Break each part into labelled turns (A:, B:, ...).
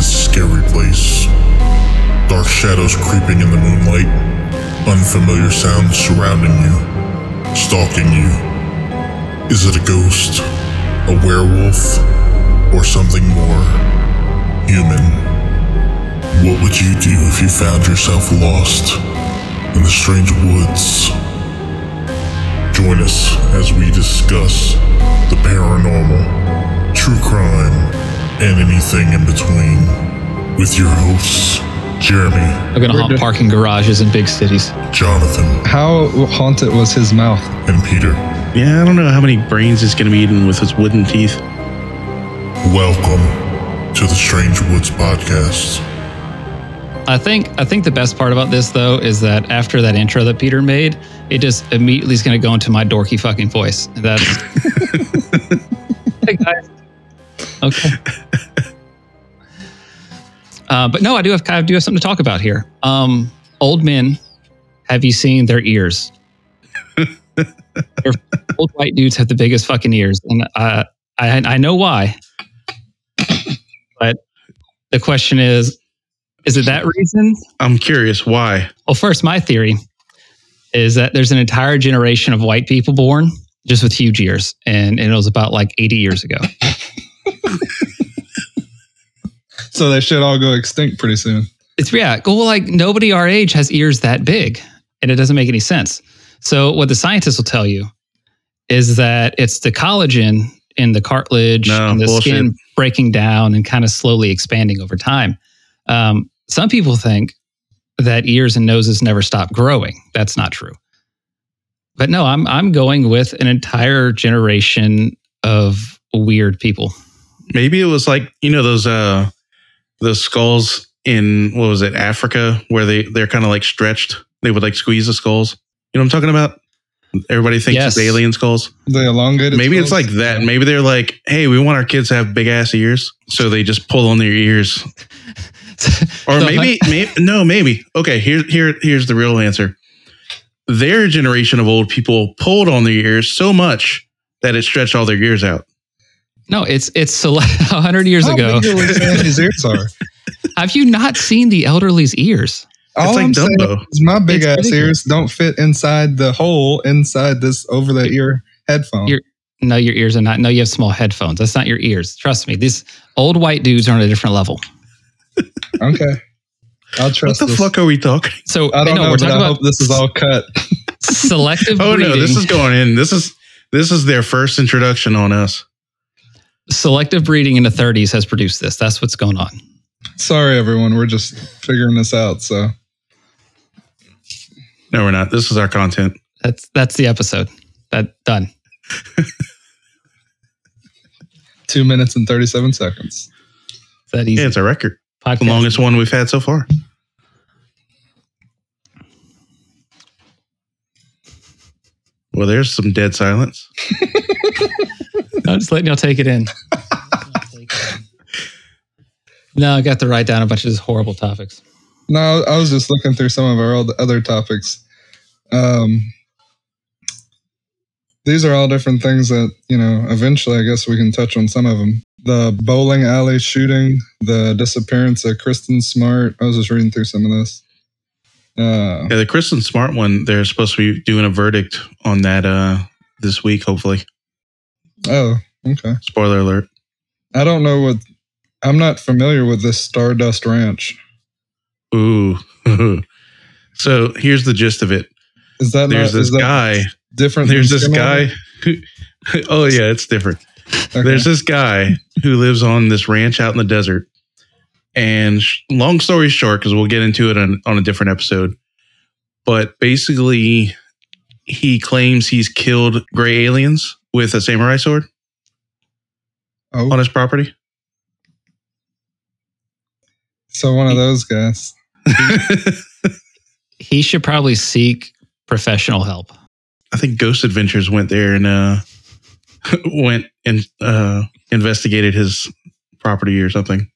A: scary place. Dark shadows creeping in the moonlight, unfamiliar sounds surrounding you, stalking you. Is it a ghost, a werewolf, or something more human? What would you do if you found yourself lost in the strange woods? Join us as we discuss the paranormal, true crime, and anything in between with your hosts, Jeremy,
B: I'm gonna haunt
C: do-
B: parking garages in big cities.
A: Jonathan,
C: How haunted was his mouth?
A: and Peter.
D: Yeah, I don't know how many brains he's going to be eating with his wooden teeth.
A: Welcome to the Strange Woods Podcast.
B: I think I think the best part about this though is that after that intro that Peter made, it just immediately is gonna go into my dorky fucking voice. That's hey guys. Okay. Uh, but no, I do have I do have something to talk about here. Um, old men, have you seen their ears? Their- old white dudes have the biggest fucking ears, and uh, I I know why. But the question is, is it that reason?
D: I'm curious why.
B: Well, first, my theory is that there's an entire generation of white people born just with huge ears, and, and it was about like 80 years ago.
C: So they should all go extinct pretty soon.
B: It's yeah, well, like nobody our age has ears that big, and it doesn't make any sense. So, what the scientists will tell you is that it's the collagen in the cartilage
D: No,
B: and the
D: bullshit.
B: skin breaking down and kind of slowly expanding over time. Um, some people think that ears and noses never stop growing. That's not true. But no, I'm I'm going with an entire generation of weird people.
D: Maybe it was like you know those uh those skulls in what was it Africa where they they're kind of like stretched. They would like squeeze the skulls. You know what I'm talking about? Everybody thinks
B: Yes.
D: it's alien skulls.
C: They elongated.
D: Maybe it's
C: skulls?
D: like that. Maybe they're like, hey, we want our kids to have big ass ears, so they just pull on their ears. Or
B: So
D: maybe, maybe no, maybe. Okay, here, here, here's the real answer. Their generation of old people pulled on their ears so much that it stretched all their ears out.
B: No, it's it's a hundred years
C: How
B: ago.
C: big do we think his ears are?
B: Have you not seen the elderly's ears?
C: All
D: it's like
C: I'm saying
D: Dumbo.
C: is my big
B: It's
C: ass
B: ridiculous.
C: ears don't fit inside the hole inside this over the ear headphone.
B: Your- No, your ears are not. No, you have small headphones. That's not your ears. Trust me. These old white dudes are on a different level.
C: Okay, I'll
D: What
C: trust
D: the
C: this.
D: fuck are we talking?
B: So
C: I don't
B: no,
C: know,
B: we're
C: but
B: talking
C: I
B: about
C: hope this is all cut.
B: selective
D: Oh
B: breeding.
D: no, this is going in. This is this is their first introduction on us.
B: selective breeding in the 30s has produced this. That's what's going on.
C: Sorry, everyone. We're just figuring this out. So
D: No, we're not. This is our content.
B: That's that's the episode. That done.
C: two minutes and thirty-seven seconds.
B: It's That easy.
D: Yeah, it's a record. The
B: Podcast.
D: longest one we've had so far. Well, there's some dead silence.
B: I'm just letting y'all take it in. no, I got to write down a bunch of these horrible topics.
C: No, I was just looking through some of our old other topics. Um, these are all different things that you know. Eventually, I guess we can touch on some of them. The bowling alley shooting, the disappearance of Kristen Smart. I was just reading through some of this. Uh,
D: Yeah, the Kristen Smart one, they're supposed to be doing a verdict on that uh this week, hopefully.
C: oh, okay.
D: Spoiler alert.
C: I don't know what. I'm not familiar with this Stardust Ranch.
D: Ooh. so here's the gist of it.
C: Is that
D: There's
C: not,
D: this
C: is that
D: guy.
C: Different.
D: There's
C: than
D: this
C: Skinwalker?
D: guy who Oh yeah, it's different.
C: Okay.
D: There's this guy who lives on this ranch out in the desert. And sh- long story short, because we'll get into it on, on a different episode, but basically, he claims he's killed gray aliens with a samurai sword on
C: oh,
D: his property.
C: so one of those guys.
D: I
B: He should probably seek professional help.
D: think Ghost Adventures went there and uh, went and uh, investigated his property or something.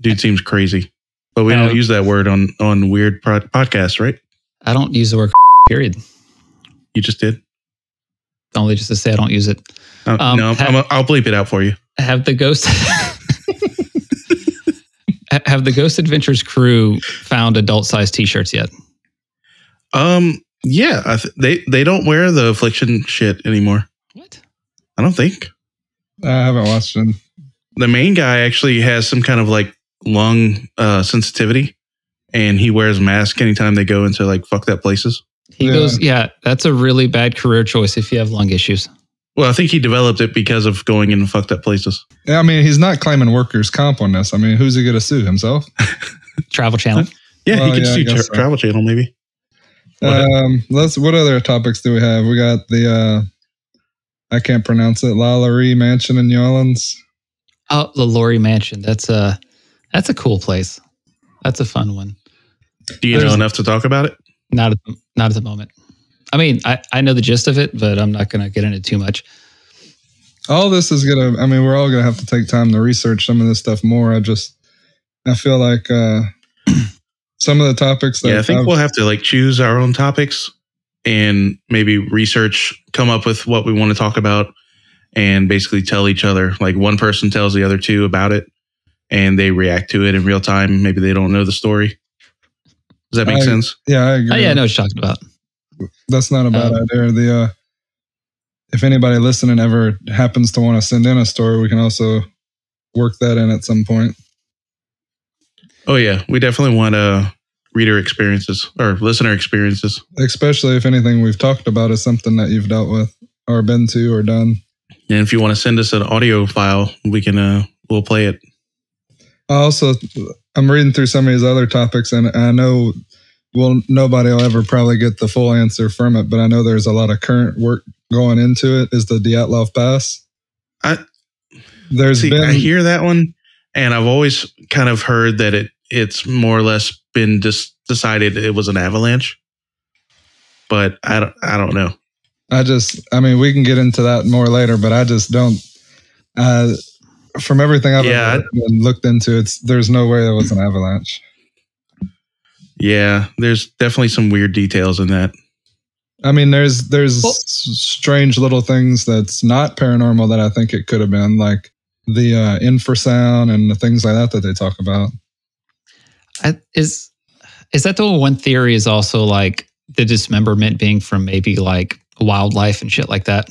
D: Dude seems crazy, but we
B: Uh,
D: don't use that word on on weird pro- podcasts, right?
B: I don't use the word period.
D: You just did.
B: Only just to say I don't use it.
D: Uh,
B: Um,
D: no,
B: ha-
D: I'm, I'll bleep it out for you.
B: have the ghost ha- have the Ghost Adventures crew found adult-sized T-shirts yet?
D: Um, yeah, I th- they they don't wear the affliction shit anymore.
B: What?
D: I don't think
C: I haven't watched it.
D: the main guy actually has some kind of like lung uh, sensitivity, and he wears a mask anytime they go into like fucked up places.
B: He
C: Yeah.
B: goes, yeah, that's a really bad career choice if you have lung issues.
D: Well, I think he developed it because of going into fucked up places.
C: Yeah, I mean, he's not claiming workers' comp on this. I mean, who's he going to sue himself?
B: Travel Channel.
D: Yeah,
C: Well,
D: he could
C: yeah, I
D: sue
C: guess
D: tra-
C: so.
D: Travel Channel maybe. What-
C: Um, let's. What other topics do we have? We got the. uh I can't pronounce it. Lalaurie Mansion in New Orleans.
B: Oh, the Laurie Mansion. That's a that's a cool place. That's a fun one.
D: Do you know
B: There's-
D: enough to talk about it?
B: Not at, not at the moment. I mean, I, I know the gist of it, but I'm not going to get into it too much.
C: all this is gonna i mean we're all gonna have to take time to research some of this stuff more i just i feel like uh some of the topics that
D: yeah, I think
C: I've-
D: we'll have to like choose our own topics and maybe research, come up with what we want to talk about, and basically tell each other. Like one person tells the other two about it, and they react to it in real time. Maybe they don't know the story. Does that make
C: I-
D: sense?
C: yeah i agree
B: Oh, yeah, I know what you're talking about.
C: that's not a bad
B: Um,
C: idea the uh if anybody listening ever happens to want to send in a story we can also work that in at some point
D: Oh yeah, we definitely want uh reader experiences or listener experiences.
C: especially if anything we've talked about is something that you've dealt with or been to or done
D: And if you want to send us an audio file, we can uh we'll play it.
C: I also I'm reading through some of these other topics, and I know well nobody will ever probably get the full answer from it, but I know there's a lot of current work going into it. Is the Dyatlov Pass?
D: I-
C: there's
D: See,
C: been
D: I hear that one and I've always kind of heard that it it's more or less been dis- decided it was an avalanche. But I don't I don't know.
C: I just I mean we can get into that more later, but I just don't. Uh, from everything I've
D: Yeah,
C: ever read and looked into, it's there's no way that was an avalanche.
D: Yeah, there's definitely some weird details in that.
C: I mean, there's there's
B: Well-
C: s- strange little things that's not paranormal that I think it could have been, like the uh, infrasound and the things like that that they talk about.
B: I, is is that the one theory? Is also like the dismemberment being from maybe like wildlife and shit like that.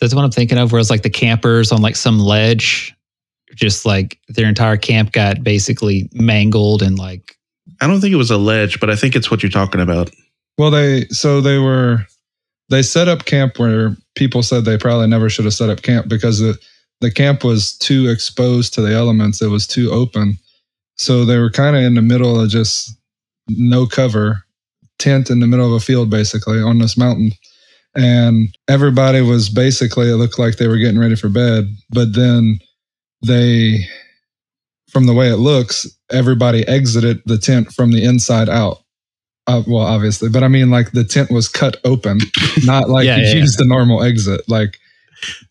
B: That's what I'm thinking of. Whereas like the campers on like some ledge, just like their entire camp got basically mangled and like
D: I don't think it was a ledge, but I think it's what you're talking about.
C: Well, they so they were they set up camp where people said they probably never should have set up camp because the the camp was too exposed to the elements. It was too open, so they were kind of in the middle of just no cover tent in the middle of a field, basically on this mountain. And everybody was basically it looked like they were getting ready for bed, but then they, from the way it looks, everybody exited the tent from the inside out uh, well, obviously, but I mean, like the tent was cut open, not like
B: Yeah,
C: you
B: yeah, yeah.
C: use the normal exit. Like,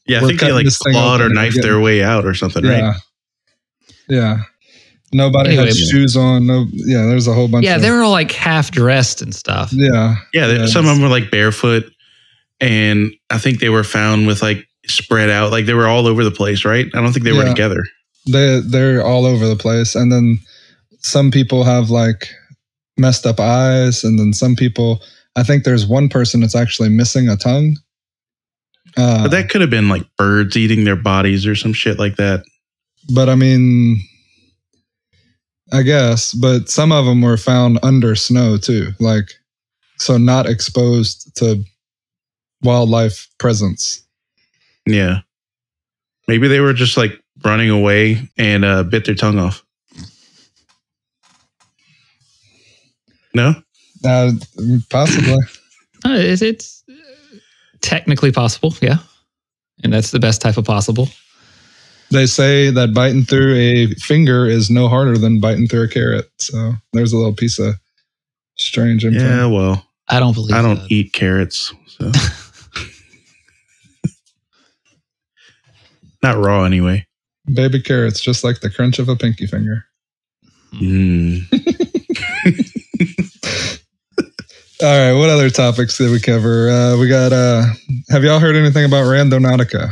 D: Yeah, I
C: We're
D: think they
C: cutting
D: like
C: this thing
D: clawed or
C: open and
D: knifed their
C: getting-
D: way out or something, right?
C: yeah, yeah. Nobody
B: Anyway,
C: had
B: but-
C: shoes on. No, yeah. There's a whole bunch.
B: yeah,
C: of,
B: they were all like half dressed and stuff.
C: Yeah,
D: Yeah, there
C: Yeah,
D: some of
C: that's-
D: them were like barefoot, and I think they were found with like spread out, like they were all over the place, right? I don't think they were
C: Yeah.
D: together.
C: they they're all over the place. And then some people have like messed up eyes, and then some people. I think there's one person that's actually missing a tongue. Uh,
D: But that could have been like birds eating their bodies or some shit like that.
C: but I mean, I guess, but some of them were found under snow too, like so not exposed to wildlife presence.
D: Yeah, maybe they were just like running away and uh, bit their tongue off. No,
C: Uh, possibly.
B: Uh, it's, it's uh, technically possible, yeah, and that's the best type of possible.
C: they say that biting through a finger is no harder than biting through a carrot. So there's a little piece of strange info.
D: yeah, well,
B: I don't believe.
D: I don't
B: that.
D: eat carrots, so not raw anyway.
C: Baby carrots, just like the crunch of a pinky finger. Hmm.
D: Mm.
C: All right, what other topics did we cover? Uh, we got. Uh, have y'all heard anything about Randonautica?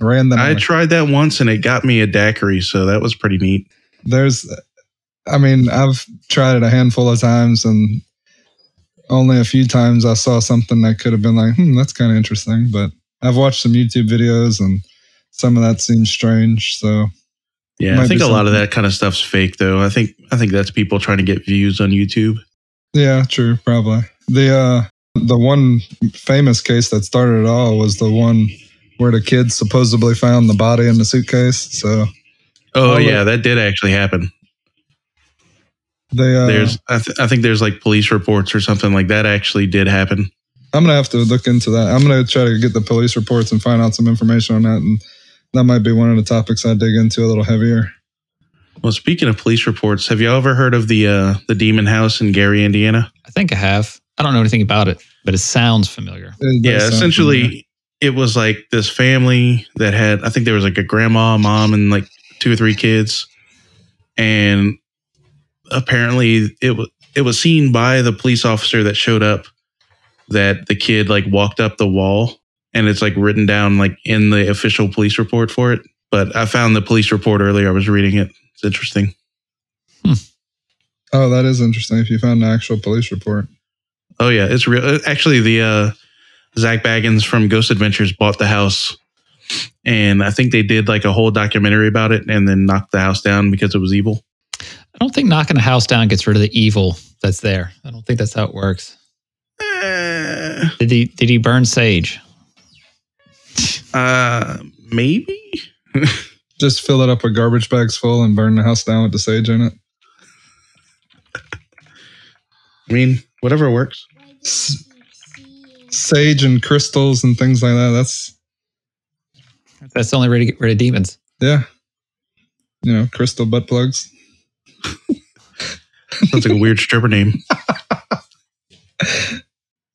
C: Randonautica.
D: I tried that once and it got me a daiquiri, so that was pretty neat.
C: there's i mean i've tried it a handful of times and only a few times i saw something that could have been like hmm that's kind of interesting but i've watched some youtube videos and some of that seems strange so
D: Yeah,
C: Might
D: I think
C: be
D: a lot of
C: something.
D: that kind of stuff's fake, though. I think I think that's people trying to get views on YouTube.
C: yeah true probably the uh the one famous case that started it all was the one where the kids supposedly found the body in the suitcase so
D: Oh,
C: Oh,
D: yeah, that did actually happen.
C: they uh,
D: There's I, th- I think there's like police reports or something like that actually did happen.
C: I'm gonna have to look into that. I'm gonna try to get the police reports and find out some information on that, and that might be one of the topics I dig into a little heavier.
D: Well, speaking of police reports, have y'all ever heard of the uh, the Demon House in Gary, Indiana?
B: I think I have. I don't know anything about it, but it sounds familiar.
C: It does
D: yeah
C: sound
D: essentially
C: familiar.
D: it was like this family that had i think there was like a grandma mom and like two or three kids and apparently it was it was seen by the police officer that showed up that the kid like walked up the wall and it's like written down like in the official police report for it but i found the police report earlier i was reading it it's interesting
C: Oh, that is interesting. If you found an actual police report,
D: oh yeah it's real uh, actually the uh zach baggins from ghost adventures bought the house and I think they did like a whole documentary about it and then knocked the house down because it was evil.
B: I don't think knocking a house down gets rid of the evil that's there. I don't think that's how it works.
D: Uh,
B: Did he did he burn sage?
D: uh, maybe.
C: just fill it up with garbage bags full and burn the house down with the sage in it.
D: I mean, whatever works.
C: S- sage and crystals and things like that. That's
B: That's the only way to get rid of demons.
C: yeah, you know, crystal butt plugs.
D: Sounds like a weird stripper name.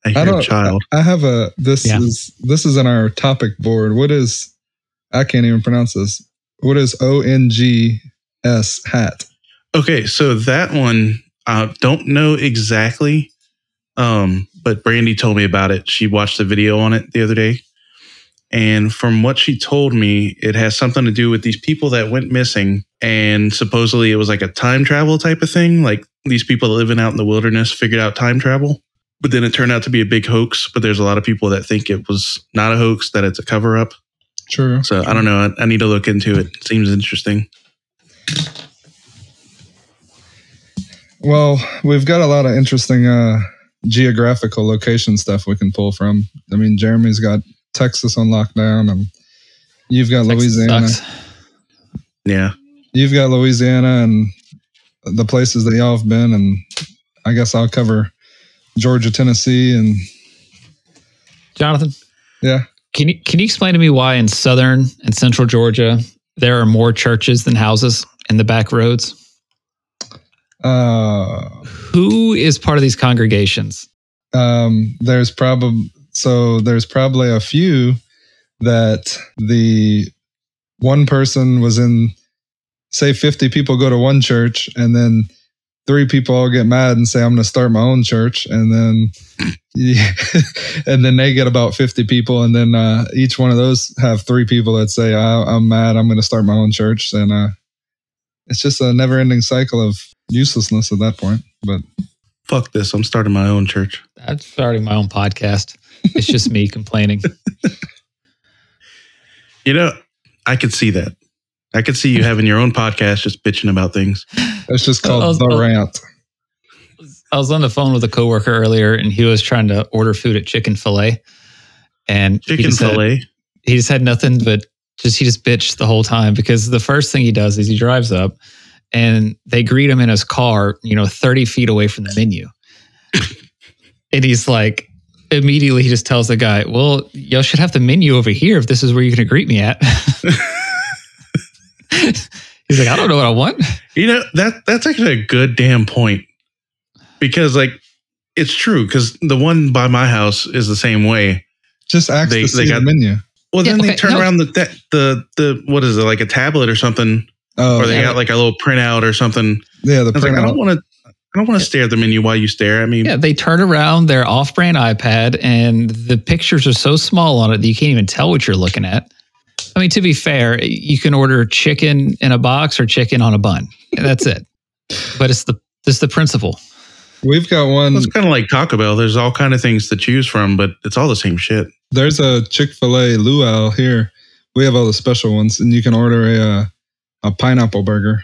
D: I hear a
C: don't-
D: child.
C: I have a this
B: Yeah.
C: is this is in our topic board. What is I can't even pronounce this. What is O N G S hat?
D: Okay, so that one I don't know exactly, um, but Brandy told me about it. She watched the video on it the other day, and from what she told me, it has something to do with these people that went missing, and supposedly it was like a time travel type of thing. Like these people living out in the wilderness figured out time travel, but then it turned out to be a big hoax. But there's a lot of people that think it was not a hoax, that it's a cover up.
C: True.
D: So I don't know. I, I need to look into it. Seems interesting.
C: Well, we've got a lot of interesting uh geographical location stuff we can pull from. I mean, Jeremy's got Texas on lockdown and you've got
B: Texas
C: Louisiana.
B: sucks.
D: Yeah.
C: You've got Louisiana and the places that y'all have been and I guess I'll cover Georgia, Tennessee and
B: Jonathan,
C: yeah.
B: can you can you explain to me why in southern and central Georgia there are more churches than houses in the back roads?
C: Uh
B: Who is part of these congregations?
C: um, there's probably so there's probably a few that the one person was in say 50 people go to one church and then three people all get mad and say i'm going to start my own church and then and then they get about 50 people and then uh, each one of those have three people that say I, i'm mad i'm going to start my own church and uh, it's just a never ending cycle of uselessness at that point but
D: Fuck this. I'm starting my own church.
B: I'm starting my own podcast. It's just me complaining.
D: You know, I could see that. I could see you having your own podcast just bitching about things.
C: it's just
B: Oh,
C: called the
B: oh.
C: rant
B: I was on the phone with a coworker earlier, and he was trying to order food at Chicken Filet, and he
D: Chicken
B: just had-
D: filet.
B: he just had nothing but just he just bitched the whole time because the first thing he does is he drives up and they greet him in his car, you know, 30 feet away from the menu. and he's like, immediately he just tells the guy, Well, y'all should have the menu over here if this is where you're gonna greet me at. he's like, I don't know what I want.
D: You know, that that's actually a good damn point. Because like it's true, because the one by my house is the same way.
C: Just ask
D: They-
C: to
D: they
C: see
D: got-
C: the menu.
D: Well,
B: Yeah,
D: then
B: okay,
D: they turn
B: no.
D: around the, the the the what is it like a tablet or something,
C: Oh,
D: or they
B: yeah.
D: got like a little printout or something.
C: yeah, the
D: I was like, I don't
C: printout.
D: want to, I don't want to stare at the menu while you stare at me.
B: Yeah, they turn around their off brand iPad and the pictures are so small on it that you can't even tell what you're looking at. I I mean, to be fair, you can order chicken in a box or chicken on a bun. That's it. But it's the it's the principle.
C: We've got
B: um,
C: one.
D: It's kind of like Taco Bell. There's all kind of things to choose from, but it's all the same shit.
C: There's a Chick Fil A luau here. We have all the special ones, and you can order a uh, a pineapple burger.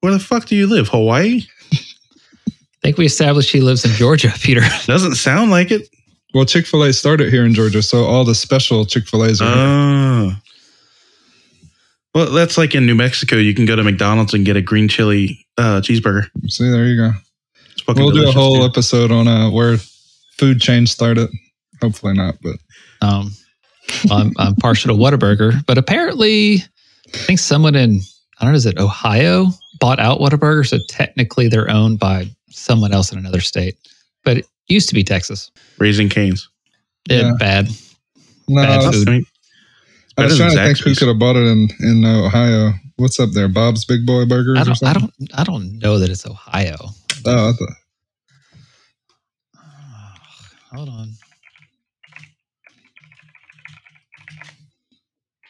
D: Where the fuck do you live? Hawaii?
B: I think we established she lives in Georgia, Peter.
D: Doesn't sound like it.
C: Well, Chick Fil A started here in Georgia, so all the special Chick Fil A's are. here.
D: Oh. Well, that's like in New Mexico. You can go to McDonald's and get a green chili uh, cheeseburger.
C: See, there you go.
D: It's fucking
C: We'll do a
D: delicious,
C: whole
D: dude.
C: episode on uh, where food chains started. Hopefully not, but
B: Um, well, I'm, I'm partial to Whataburger, but apparently, I think someone in I don't know, is it Ohio bought out Whataburger, so technically they're owned by someone else in another state. But it used to be Texas.
D: Raising Canes.
B: Yeah,
C: Yeah.
B: bad.
C: no.
B: Bad
C: I was,
B: food.
D: I mean,
C: I was
D: Better
C: trying
D: than
C: to think who
D: Zaxby's.
C: could have bought it in in uh, Ohio. What's up there, Bob's Big Boy Burgers
B: I
C: or
B: don't,
C: something?
B: I don't, I don't know that it's Ohio.
C: Oh, I thought-
B: Hold on.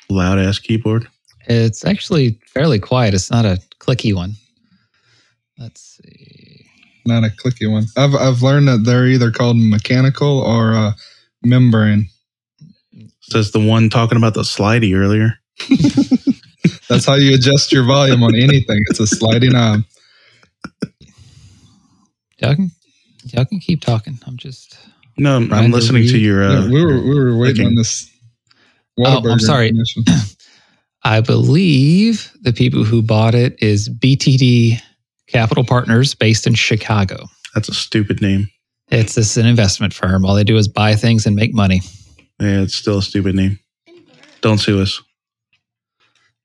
D: loud ass keyboard.
B: It's actually fairly quiet. It's not a clicky one. Let's see.
C: not a clicky one. I've I've learned that they're either called mechanical or uh, membrane.
D: Says the one talking about the slidey earlier.
C: That's how you adjust your volume on anything. It's a sliding knob.
B: Y'all can, y'all can keep talking. I'm just.
D: No, I'm,
B: Right,
D: I'm listening to
B: we-
D: your. Uh,
C: Yeah, we were we were waiting
D: okay.
C: on this.
B: Oh, I'm
C: Whataburger
B: sorry.
C: information.
B: I believe the people who bought it is BTD Capital Partners based in Chicago.
D: that's a stupid name.
B: It's this an investment firm. All they do is buy things and make money.
D: Yeah, it's still a stupid name. Don't sue us.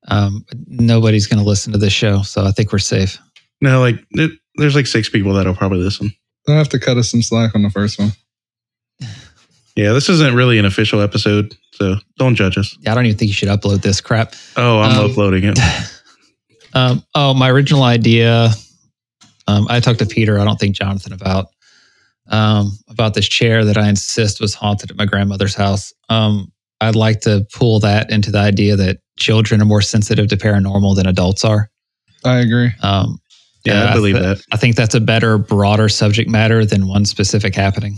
B: Um, nobody's going to listen to this show, so I think we're safe.
D: No, like it, there's like six people that'll probably listen.
C: They'll have to cut us some slack on the first one.
D: Yeah, this isn't really an official episode, so don't judge us.
B: I don't even think you should upload this crap.
D: Oh, I'm
B: Um,
D: uploading it.
B: Um, oh, my original idea. Um, I talked to Peter. I don't think Jonathan about um, about this chair that I insist was haunted at my grandmother's house. Um, I'd like to pull that into the idea that children are more sensitive to paranormal than adults are.
C: I agree.
B: Um,
D: Yeah, I believe
B: th-
D: that.
B: I think that's a better, broader subject matter than one specific happening.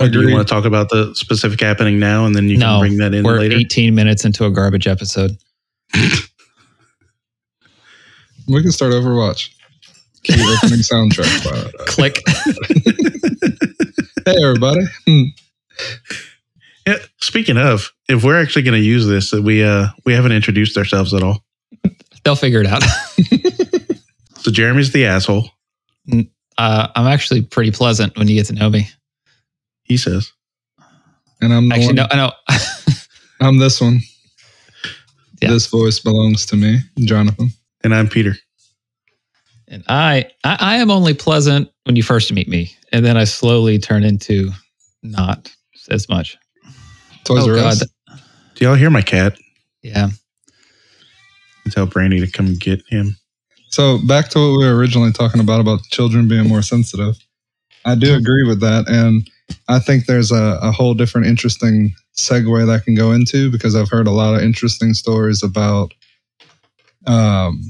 D: Or Oh, do you
C: Agreed.
D: want to talk about the specific happening now, and then you
B: No,
D: can bring that in
B: We're
D: later?
B: 18 minutes into a garbage episode.
C: We can start Overwatch. Cute opening soundtrack. Wow.
B: Click.
C: Hey everybody. Hmm.
D: Yeah, speaking of, if we're actually going to use this, that we uh we haven't introduced ourselves at all.
B: They'll figure it out.
D: So Jeremy's the asshole.
B: Uh, I'm actually pretty pleasant when you get to know me.
D: He says
C: And I'm the
B: Actually,
C: one,
B: no, no.
C: I'm this one.
B: Yeah.
C: This voice belongs to me, Jonathan.
D: and I'm Peter.
B: And I, I, I am only pleasant when you first meet me, and then I slowly turn into not as much. Oh,
C: Toys R Us.
D: Do y'all hear my cat?
B: yeah.
D: I tell Brandy to come get him.
C: So back to what we were originally talking about about children being more sensitive. I do agree with that, and I think there's a, a whole different interesting segue that I can go into because I've heard a lot of interesting stories about. Um,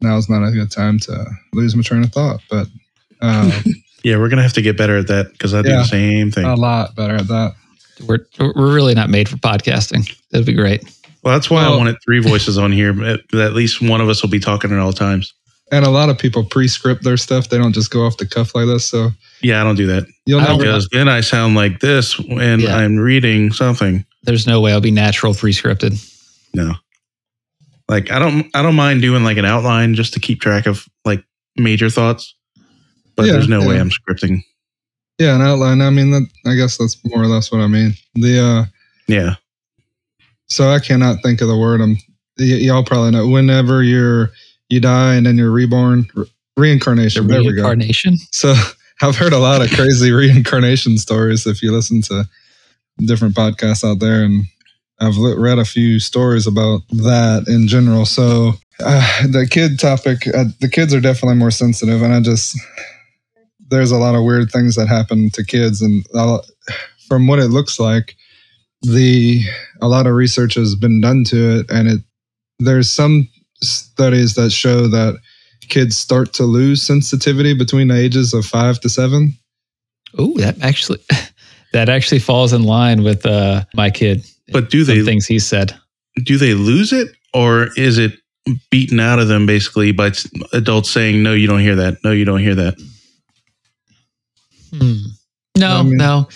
C: now's not a good time to lose my train of thought, but um,
D: Yeah, we're gonna have to get better at that because I do
C: Yeah. Um,
D: the same thing.
C: a lot better at that.
B: We're we're really not made for podcasting. That'd be great.
D: well, that's why
C: well-
D: I wanted three voices on here. At, at least one of us will be talking at all times.
C: And a lot of people pre-script their stuff; they don't just go off the cuff like this. So
D: Yeah, I don't do that
C: you'll
B: I don't
C: never.
D: because then I sound like this when
B: Yeah.
D: I'm reading something.
B: There's no way I'll be natural pre-scripted.
D: Like I don't I don't mind doing like an outline just to keep track of like major thoughts, but
C: Yeah,
D: there's no way
C: yeah.
D: I'm scripting.
C: Yeah, an outline. I mean, that, I guess that's more or less what I mean. The uh,
D: Yeah,
C: so I cannot think of the word. I'm y- y'all probably know. Whenever you're you die and then you're reborn, re-
B: The
C: reincarnation. There we go.
B: reincarnation.
C: So I've heard a lot of crazy reincarnation stories. If you listen to different podcasts out there, and I've li- read a few stories about that in general. So uh, the kid topic, uh, the kids are definitely more sensitive, and I just there's a lot of weird things that happen to kids, and I'll, from what it looks like, the a lot of research has been done to it and it there's some studies that show that kids start to lose sensitivity between the ages of 5 to 7
B: Oh, that actually that actually falls in line with uh, my kid.
D: But do
B: Some
D: they-
B: things he said?
D: Do they lose it or is it beaten out of them basically by s- adults saying, no, you don't hear that. No, you don't hear that.
B: Hmm. No,
C: I mean-
B: no.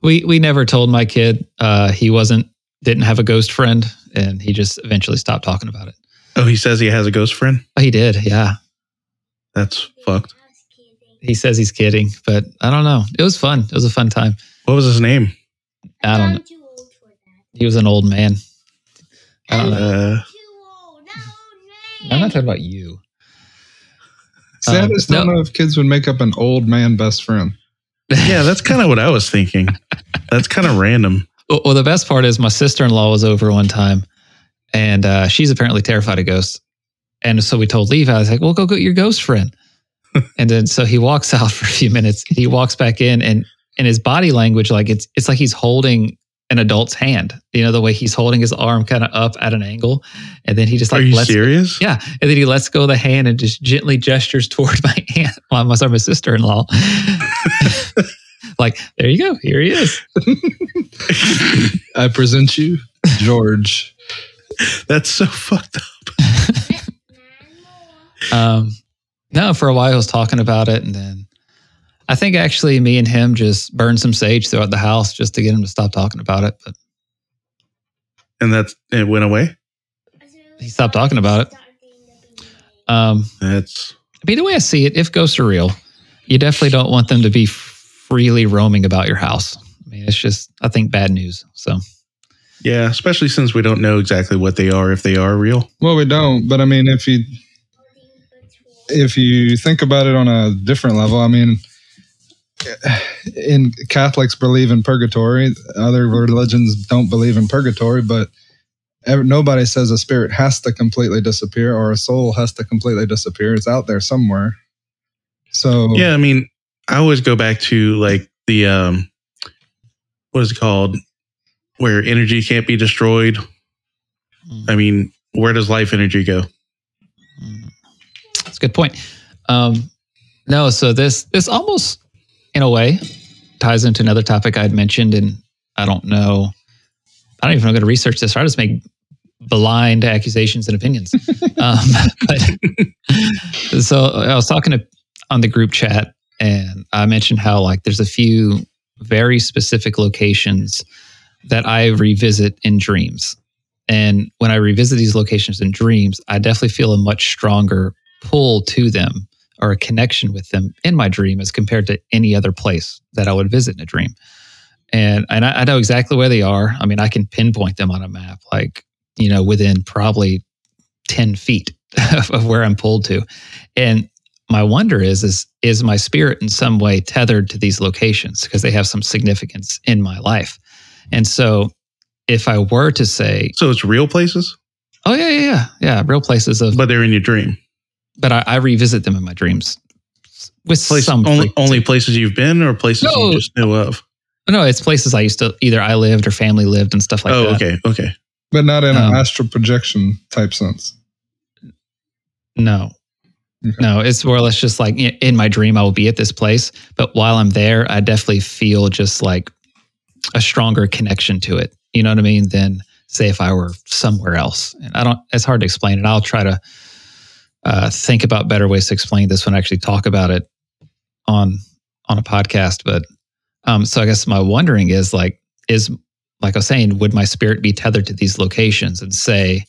B: We we never told my kid uh, he wasn't didn't have a ghost friend, and he just eventually stopped talking about it.
D: Oh, he says he has a ghost friend.
B: Oh, he did, yeah.
D: That's fucked.
B: He says he's kidding, but I don't know. It was fun. It was a fun time.
D: What was his name?
B: I don't know.
E: Too old for that.
B: He was an old man. I don't know.
D: Uh,
E: Too old. Not old
B: I'm
E: man.
B: not talking about you.
C: see i
B: Um,
C: just don't
B: no.
C: know if kids would make up an old man best friend
D: yeah, that's kind of what I was thinking. That's kind of random.
B: Well, well, the best part is my sister in law was over one time, and uh, she's apparently terrified of ghosts. And so we told Levi, I was like, "Well, go get your ghost friend." and then so he walks out for a few minutes. He walks back in, and and his body language, like it's it's like he's holding an adult's hand. You know the way he's holding his arm kind of up at an angle, and then he just
D: Are
B: like
D: you
B: lets
D: serious?
B: yeah, and then he lets go of the hand and just gently gestures toward my aunt, well, my, sorry, my sister-in-law. like, there you go, here he is.
C: i present you george
D: That's so fucked up.
E: Nine more.
B: um, no, for a while I was talking about it, and then I think actually me and him just burned some sage throughout the house just to get him to stop talking about it. But
D: And that's it went away.
B: He stopped talking about it.
E: Uh,
B: um,
D: That's
B: I mean, the way I see it, if ghosts are real, you definitely don't want them to be freely roaming about your house. I mean, it's just I think bad news. So
D: yeah, especially since we don't know exactly what they are if they are real.
C: well we don't but i mean if you if you think about it on a different level, I mean, in Catholics believe in purgatory. Other religions don't believe in purgatory, but ev- nobody says a spirit has to completely disappear or a soul has to completely disappear. It's out there somewhere.
B: Oh.
C: So
D: Yeah, I mean, I always go back to like the um what is it called where energy can't be destroyed.
B: Hmm.
D: I mean, where does life energy go?
B: Mm. That's a good point. Um, no, so this this almost, in a way, ties into another topic I'd mentioned, and I don't know, I don't even know. I'm going to research this. Or I just make blind accusations and opinions. um, but so I was talking to, on the group chat, and I mentioned how like there's a few very specific locations that I revisit in dreams. And when I revisit these locations in dreams, I definitely feel a much stronger pull to them or a connection with them in my dream as compared to any other place that I would visit in a dream. And and I, I know exactly where they are. I mean, I can pinpoint them on a map, like, you know, within probably 10 feet of, of where I'm pulled to. And my wonder is, is is my spirit in some way tethered to these locations because they have some significance in my life. And so if I were to say,
D: So it's real places,
B: Oh yeah, yeah, yeah, yeah. Real places of, but,
D: but they're in your dream.
B: I, I revisit them in my dreams with
D: Place,
B: some.
D: only,
B: frequency.
D: only places you've been or places
B: No.
D: you just know of.
B: no, it's places I used to either I lived or family lived and stuff like
D: oh,
B: that.
D: okay, okay.
C: but not in
B: Um,
C: an astral projection type sense.
B: No,
C: Okay.
B: no, it's more or less just like i- in my dream I will be at this place, but while I'm there, I definitely feel just like a stronger connection to it. You know what I mean? Than say if I were somewhere else. And I don't. It's hard to explain, and I'll try to uh, think about better ways to explain this when I actually talk about it on on a podcast. But um, so I guess my wondering is like is like I was saying, would my spirit be tethered to these locations and say,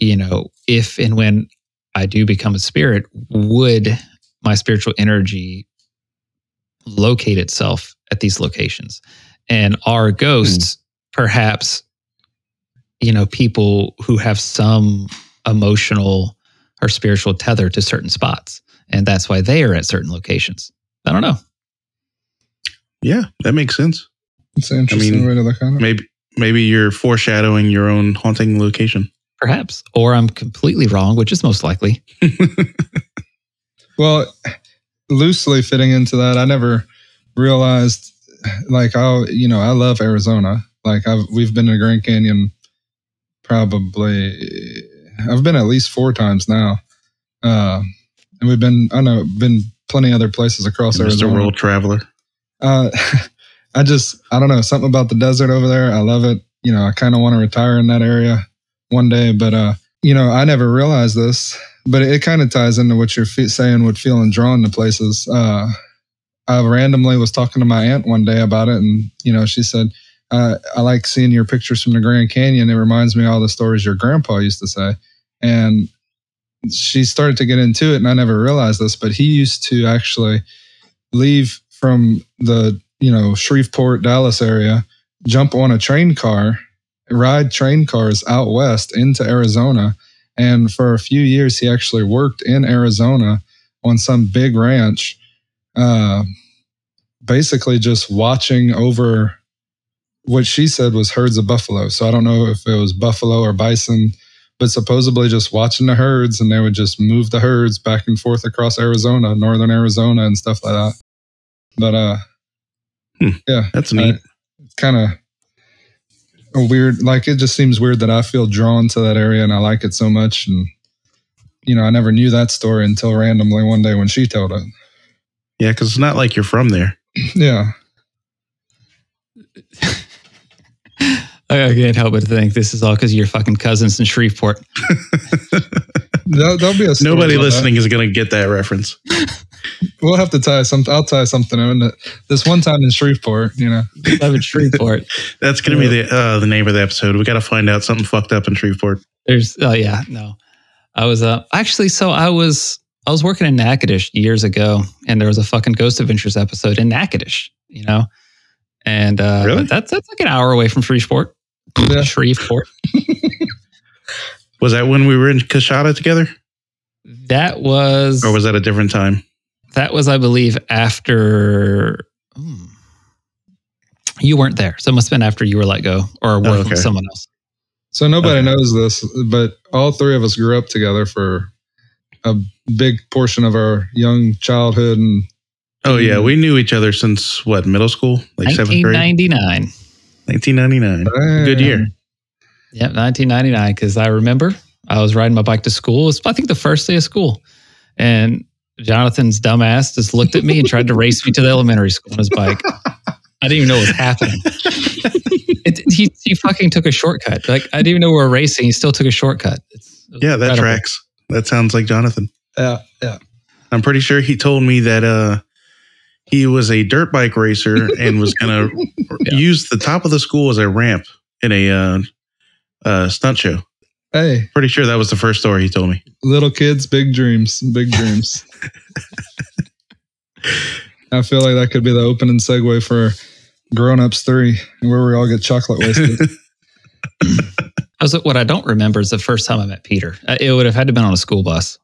B: you know, if and when I do become a spirit, would my spiritual energy locate itself at these locations? And are ghosts perhaps, you know, people who have some emotional or spiritual tether to certain spots? And that's why they are at certain locations. I don't know.
D: Yeah, that makes sense.
C: It's an interesting
D: mean,
C: way to look at it.
D: Maybe maybe you're foreshadowing your own haunting location.
B: Perhaps. Or I'm completely wrong, which is most likely.
C: Well, loosely fitting into that, I never realized like I, you know, I love Arizona. Like I've we've been to Grand Canyon probably I've been at least four times now. Uh, and we've been I know been plenty other places across
D: Mr.
C: Arizona.
D: World Traveler.
C: Uh, I just I don't know something about the desert over there. I love it. You know, I kind of want to retire in that area one day, but uh, you know, I never realized this, but it, kind of ties into what you're fe- saying with feeling drawn to places. Uh, I randomly was talking to my aunt one day about it, and you know, she said, uh, "I like seeing your pictures from the Grand Canyon. It reminds me of all the stories your grandpa used to say." And she started to get into it, and I never realized this, but he used to actually leave from the you know Shreveport, Dallas area, jump on a train car, ride train cars out west into Arizona, and for a few years he actually worked in Arizona on some big ranch, uh, basically just watching over what she said was herds of buffalo. So I don't know if it was buffalo or bison. But supposedly just watching the herds, and they would just move the herds back and forth across Arizona, northern Arizona, and stuff like that but uh
D: That's neat.
C: it's kind of a weird like it just seems weird that i feel drawn to that area and i like it so much and you know i never knew that story until randomly one day when she told it
D: Yeah, because it's not like you're from there.
C: yeah
B: I can't help but think this is all because of your fucking cousins in Shreveport.
C: that'll, that'll be a story
D: Nobody
C: about that.
D: listening is going to get that reference.
C: we'll have to tie something i'll tie something in it. this one time in shreveport you know
B: I'm in Shreveport.
D: That's going to be the uh, the name of the episode. We got to find out something fucked up in Shreveport.
B: There's oh yeah, no. I was uh actually so I was I was working in Natchitoches years ago and there was a fucking Ghost Adventures episode in Natchitoches, you know. And uh
D: Really?
B: that's that's like an hour away from Shreveport.
C: Yeah.
B: Shreveport.
D: Was that when we were in Kashada together,
B: That was,
D: or was that a different time?
B: that was I believe after hmm. you weren't there. So it must have been after you were let go or working
D: Oh, okay.
B: with someone else.
C: so nobody
D: Okay.
C: knows this but all three of us grew up together for a big portion of our young childhood and
D: Oh yeah,
C: Mm.
D: we knew each other since what middle school, like seventh grade,
B: 1999.
D: 1999. Good year.
C: Mm.
B: Yep, 1999. Because I remember I was riding my bike to school. It was, I think, the first day of school. And Jonathan's dumbass just looked at me and tried to race me to the elementary school on his bike. I didn't even know what was happening. it, he, he fucking took a shortcut. Like, I didn't even know we were racing. He still took a shortcut. It's, it was
D: Yeah, that
B: incredible.
D: tracks. That sounds like Jonathan.
C: yeah yeah
D: I'm pretty sure he told me that uh, he was a dirt bike racer and was going to use the top of the school as a ramp in a uh, uh, stunt show.
C: hey
D: Pretty sure that was the first story he told me.
C: little kids, big dreams, big dreams. I feel like that could be the opening segue for Grown Ups 3, where we all get chocolate wasted.
B: I was, what I don't remember is the first time I met Peter. Uh, It would have had to been on a school bus.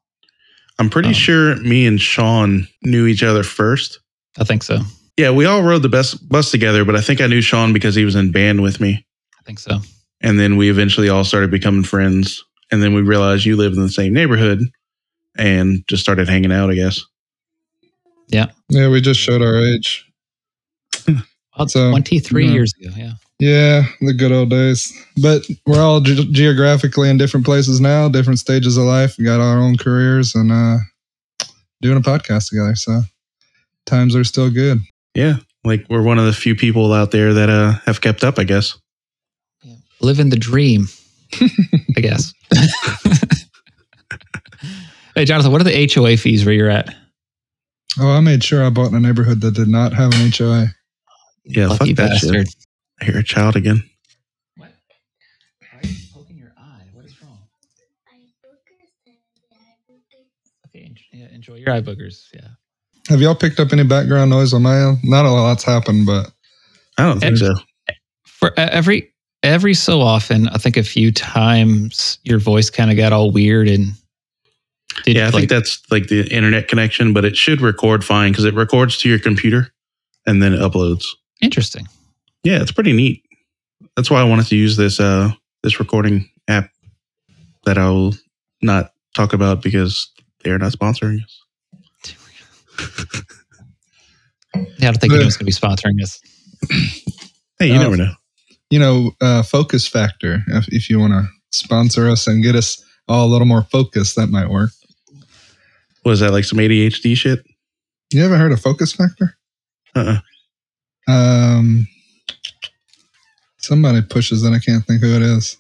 D: I'm pretty
B: Um,
D: sure me and Sean knew each other first.
B: I think so. I
D: Yeah, we all rode the bus bus together, but I think I knew Sean because he was in band with me.
B: think so.
D: And then we eventually all started becoming friends. And then we realized you lived in the same neighborhood and just started hanging out, I guess.
C: yeah, we just showed our age.
B: About
C: So,
B: 23
C: yeah.
B: years ago. Yeah.
C: Yeah, the good old days. But we're all ge- geographically in different places now, different stages of life. We got our own careers and uh, doing a podcast together. So times are still good.
D: Yeah. Like we're one of the few people out there that uh, have kept up, I guess.
B: living the dream, I guess. hey, Jonathan, what are the HOA fees where you're at?
C: Oh, I made sure I bought in a neighborhood that did not have an HOA.
D: Yeah,
B: Lucky
D: fuck that shit.
B: bastard.
D: I hear a child again.
B: What? Why are you poking your eye? What is wrong? Okay, en- yeah, enjoy your eye boogers. Yeah.
C: Have y'all picked up any background noise on my end? Not a lot's happened, but
D: I don't think so.
B: For e- every every so often, I think a few times your voice kind of got all weird and did
D: Yeah, I
B: like,
D: think that's like the internet connection, but it should record fine because it records to your computer and then it uploads.
B: interesting.
D: Yeah, it's pretty neat. That's why I wanted to use this uh this recording app that I will not talk about because they're not sponsoring us.
B: Yeah, I don't think
C: Yeah.
B: anyone's going to be sponsoring us.
D: Hey, you
C: Oh.
D: never know.
C: you know, uh, focus factor. If, if you want to sponsor us and get us all a little more focused, that might work.
D: Was that like some ADHD shit?
C: You ever heard of focus factor?
D: Uh-uh.
C: Um, somebody pushes and I can't think who it is.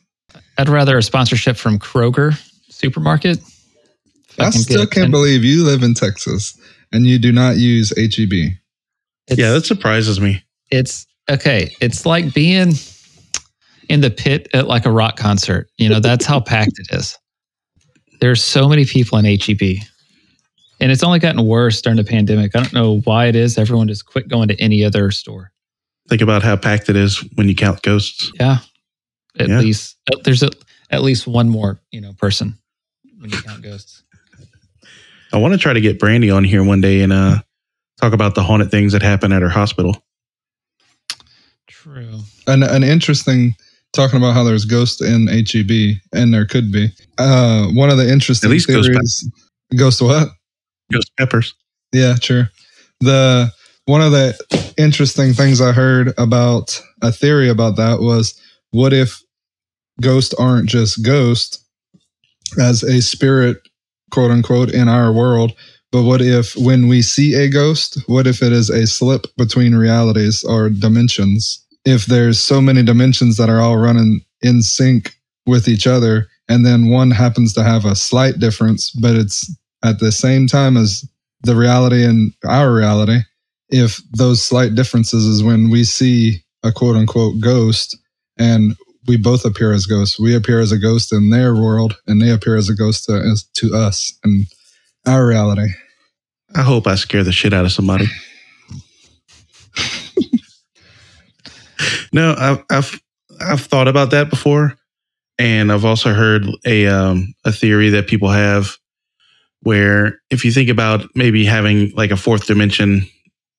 B: I'd rather a sponsorship from Kroger supermarket. If
C: I
B: can
C: still
B: get
C: can't
B: ten-
C: believe you live in Texas and you do not use E HEB.
B: it's,
D: yeah, that surprises me.
B: it's okay. It's like being in the pit at like a rock concert. You know, that's how packed it is. There's so many people in HEB. And it's only gotten worse during the pandemic. I don't know why it is. Everyone just quit going to any other store.
D: Think about how packed it is when you count ghosts.
B: Yeah. At
D: Yeah.
B: least uh, there's a, at least one more, you know, person when you count ghosts.
D: I want to try to get Brandy on here one day and uh talk about the haunted things that happen at her hospital.
B: True.
C: an, an interesting talking about how there's ghosts in HEB, and there could be. Uh, one of the interesting
D: At least ghost
C: theories, ghost what?
D: Ghost peppers.
C: Yeah, sure. The one of the interesting things I heard about a theory about that was what if ghosts aren't just ghosts as a spirit, quote unquote, in our world, but what if when we see a ghost, what if it is a slip between realities or dimensions? If there's so many dimensions that are all running in sync with each other, and then one happens to have a slight difference, but it's at the same time as the reality and our reality, if those slight differences is when we see a quote unquote ghost and we both appear as ghosts. We appear as a ghost in their world and they appear as a ghost to, as, to us and our reality.
D: I hope I scare the shit out of somebody. no, I've, I've I've thought about that before, and I've also heard a um, a theory that people have where if you think about maybe having like a fourth dimension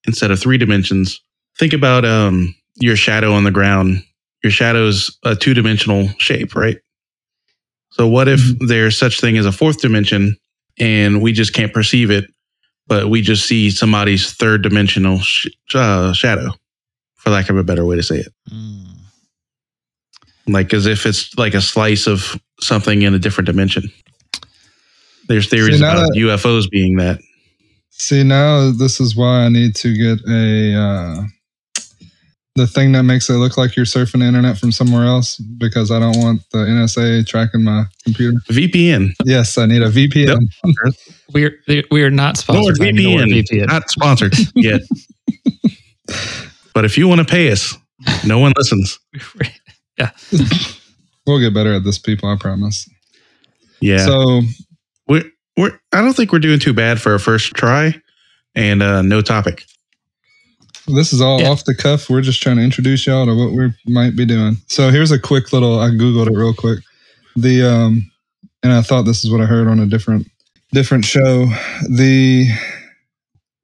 D: instead of three dimensions, think about um, your shadow on the ground. Your shadow's a two dimensional shape, right? So what if there's such thing as a fourth dimension and we just can't perceive it? but we just see somebody's third dimensional sh- uh, shadow, for lack of a better way to say it.
B: Mm.
D: Like as if it's like a slice of something in a different dimension. There's theories
C: See, now
D: about UFOs being that.
C: See, now this is why I need to get a uh, the thing that makes it look like you're surfing the internet from somewhere else because I don't want the NSA tracking my computer.
D: VPN,
C: Yes, I need a VPN.
D: Yep.
B: We're we are not sponsored by NordVPN.
D: NordVPN, not sponsored yet. but if you want to pay us, no one listens.
C: We'll get better at this, people. I promise.
D: Yeah,
C: So
D: we're, we're. I don't think we're doing too bad for our first try, and uh, no topic.
C: This is all
B: Yeah.
C: off the cuff. We're just trying to introduce y'all to what we might be doing. So here's a quick little. I googled it real quick. The um, and I thought this is what I heard on a different different show. The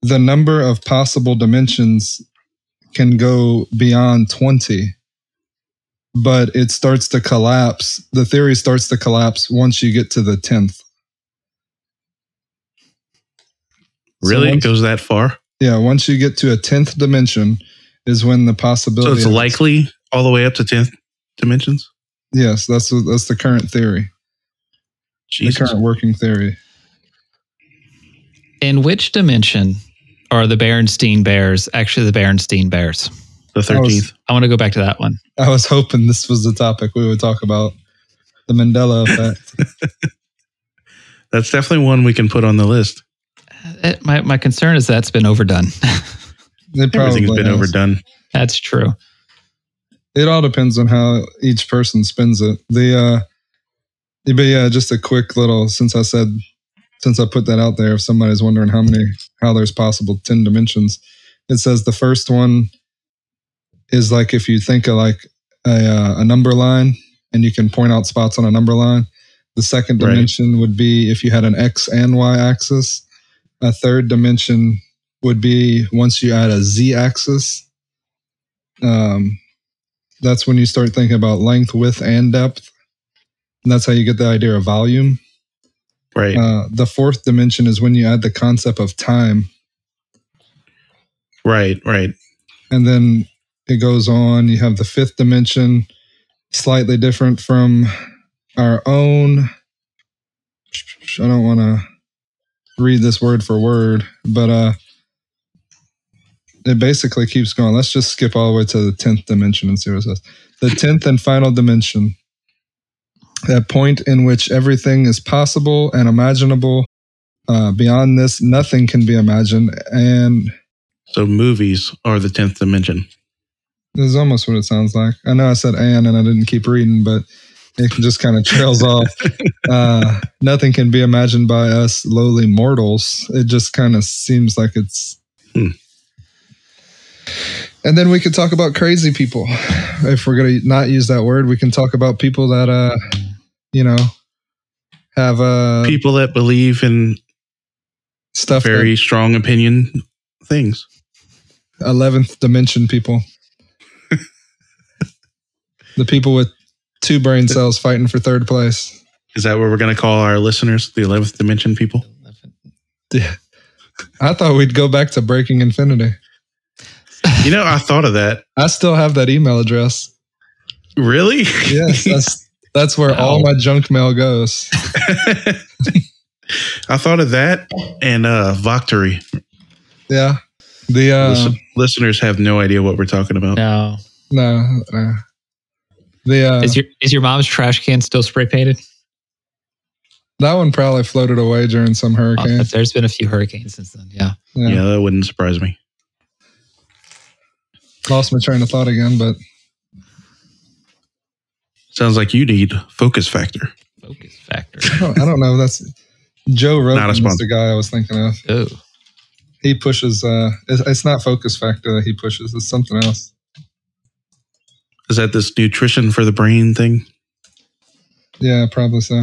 C: the number of possible dimensions can go beyond twenty, but it starts to collapse. The theory starts to collapse once you get to the tenth.
D: Really, it
C: once-
D: goes that far?
C: Yeah, once you get to a tenth dimension, is when the
D: So
C: possibility.
D: it's
C: of-
D: likely all the way up to 10 dimensions.
C: Yes, that's that's the current theory, the
D: Jesus.
C: current working theory.
B: In which dimension are the Berenstein Bears actually the Berenstein Bears?
D: The 13th.
B: I want to go back to that one.
C: I was hoping this was the topic we would talk about, the Mandela effect.
D: That's definitely one we can put on the list.
B: Eh, My my concern is that's been overdone.
C: It
D: Everything's
C: probably
D: been
C: has.
D: overdone.
B: that's true.
C: It all depends on how each person spins it. The uh, but yeah, just a quick little since I said since I put that out there, if somebody's wondering how many how there's possible ten dimensions, it says the first one is like if you think of like a, uh, a number line and you can point out spots on a number line. The second
D: Right.
C: dimension would be if you had an x and y axis. A third dimension would be once you add a z axis. Um, that's when you start thinking about length, width, and depth. And that's how you get the idea of volume.
D: Right.
C: Uh, the fourth dimension is when you add the concept of time.
D: right. Right.
C: And then it goes on. You have the fifth dimension, slightly different from our own. I don't want to read this word for word, but uh, it basically keeps going. Let's just skip all the way to the 10th dimension and see what it says. The 10th and final dimension, that point in which everything is possible and imaginable. Uh, beyond this, nothing can be imagined, and
D: So movies are the tenth dimension.
C: this is almost what it sounds like. I know I said "and" and I didn't keep reading, but it just kind of trails off. Uh, nothing can be imagined by us lowly mortals. It just kind of seems like it's.
D: Hmm.
C: And then we could talk about crazy people. If we're gonna not use that word, we can talk about people that, uh, you know, have uh,
D: People that believe in
C: stuff. that-
D: very strong opinion things.
C: eleventh dimension people. the people with two brain cells fighting for third place.
D: Is that what we're going to call our listeners? The eleventh dimension people.
C: I thought we'd go back to breaking infinity.
D: You know, I thought of that.
C: I still have that email address.
D: Really?
C: Yes, that's that's where all
B: Wow.
C: my junk mail goes.
D: I thought of that and uh Voctory.
C: Yeah. The uh
D: Listen- listeners have no idea what we're talking about.
B: No.
C: no, no. The uh
B: Is your is your mom's trash can still spray painted?
C: that one probably floated away during some
B: Oh,
C: hurricane.
B: that's- there's been a few hurricanes since then. Yeah.
C: yeah.
D: Yeah, that wouldn't surprise me.
C: Lost my train of thought again, but
D: Sounds like you need focus factor.
B: Focus factor.
C: I don't, I don't know. That's Joe Rogan was
D: sponsor.
C: the guy I was thinking of.
B: Oh.
C: he pushes uh it's, it's not focus factor that he pushes it's something else
D: Is that this nutrition for the brain thing?
C: yeah probably so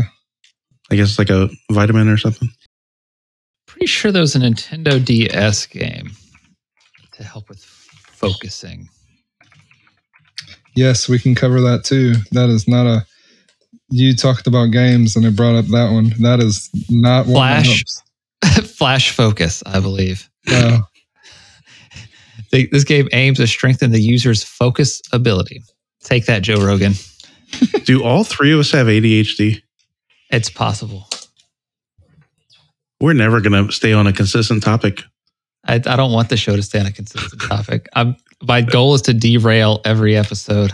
D: I guess it's like a vitamin or something.
B: Pretty sure there was a Nintendo DS game to help with focusing.
C: yes we can cover that too that is not a you talked about games and it brought up that one that is not one that
B: Flash.
C: helps. Uh,
B: Flash focus, I believe.
C: No.
B: They, this game aims to strengthen the user's focus ability. Take that, Joe Rogan.
D: Do all three of us have ADHD?
B: It's possible.
D: We're never going to stay on a consistent topic.
B: I, I don't want the show to stay on a consistent topic. I'm, my goal is to derail every episode.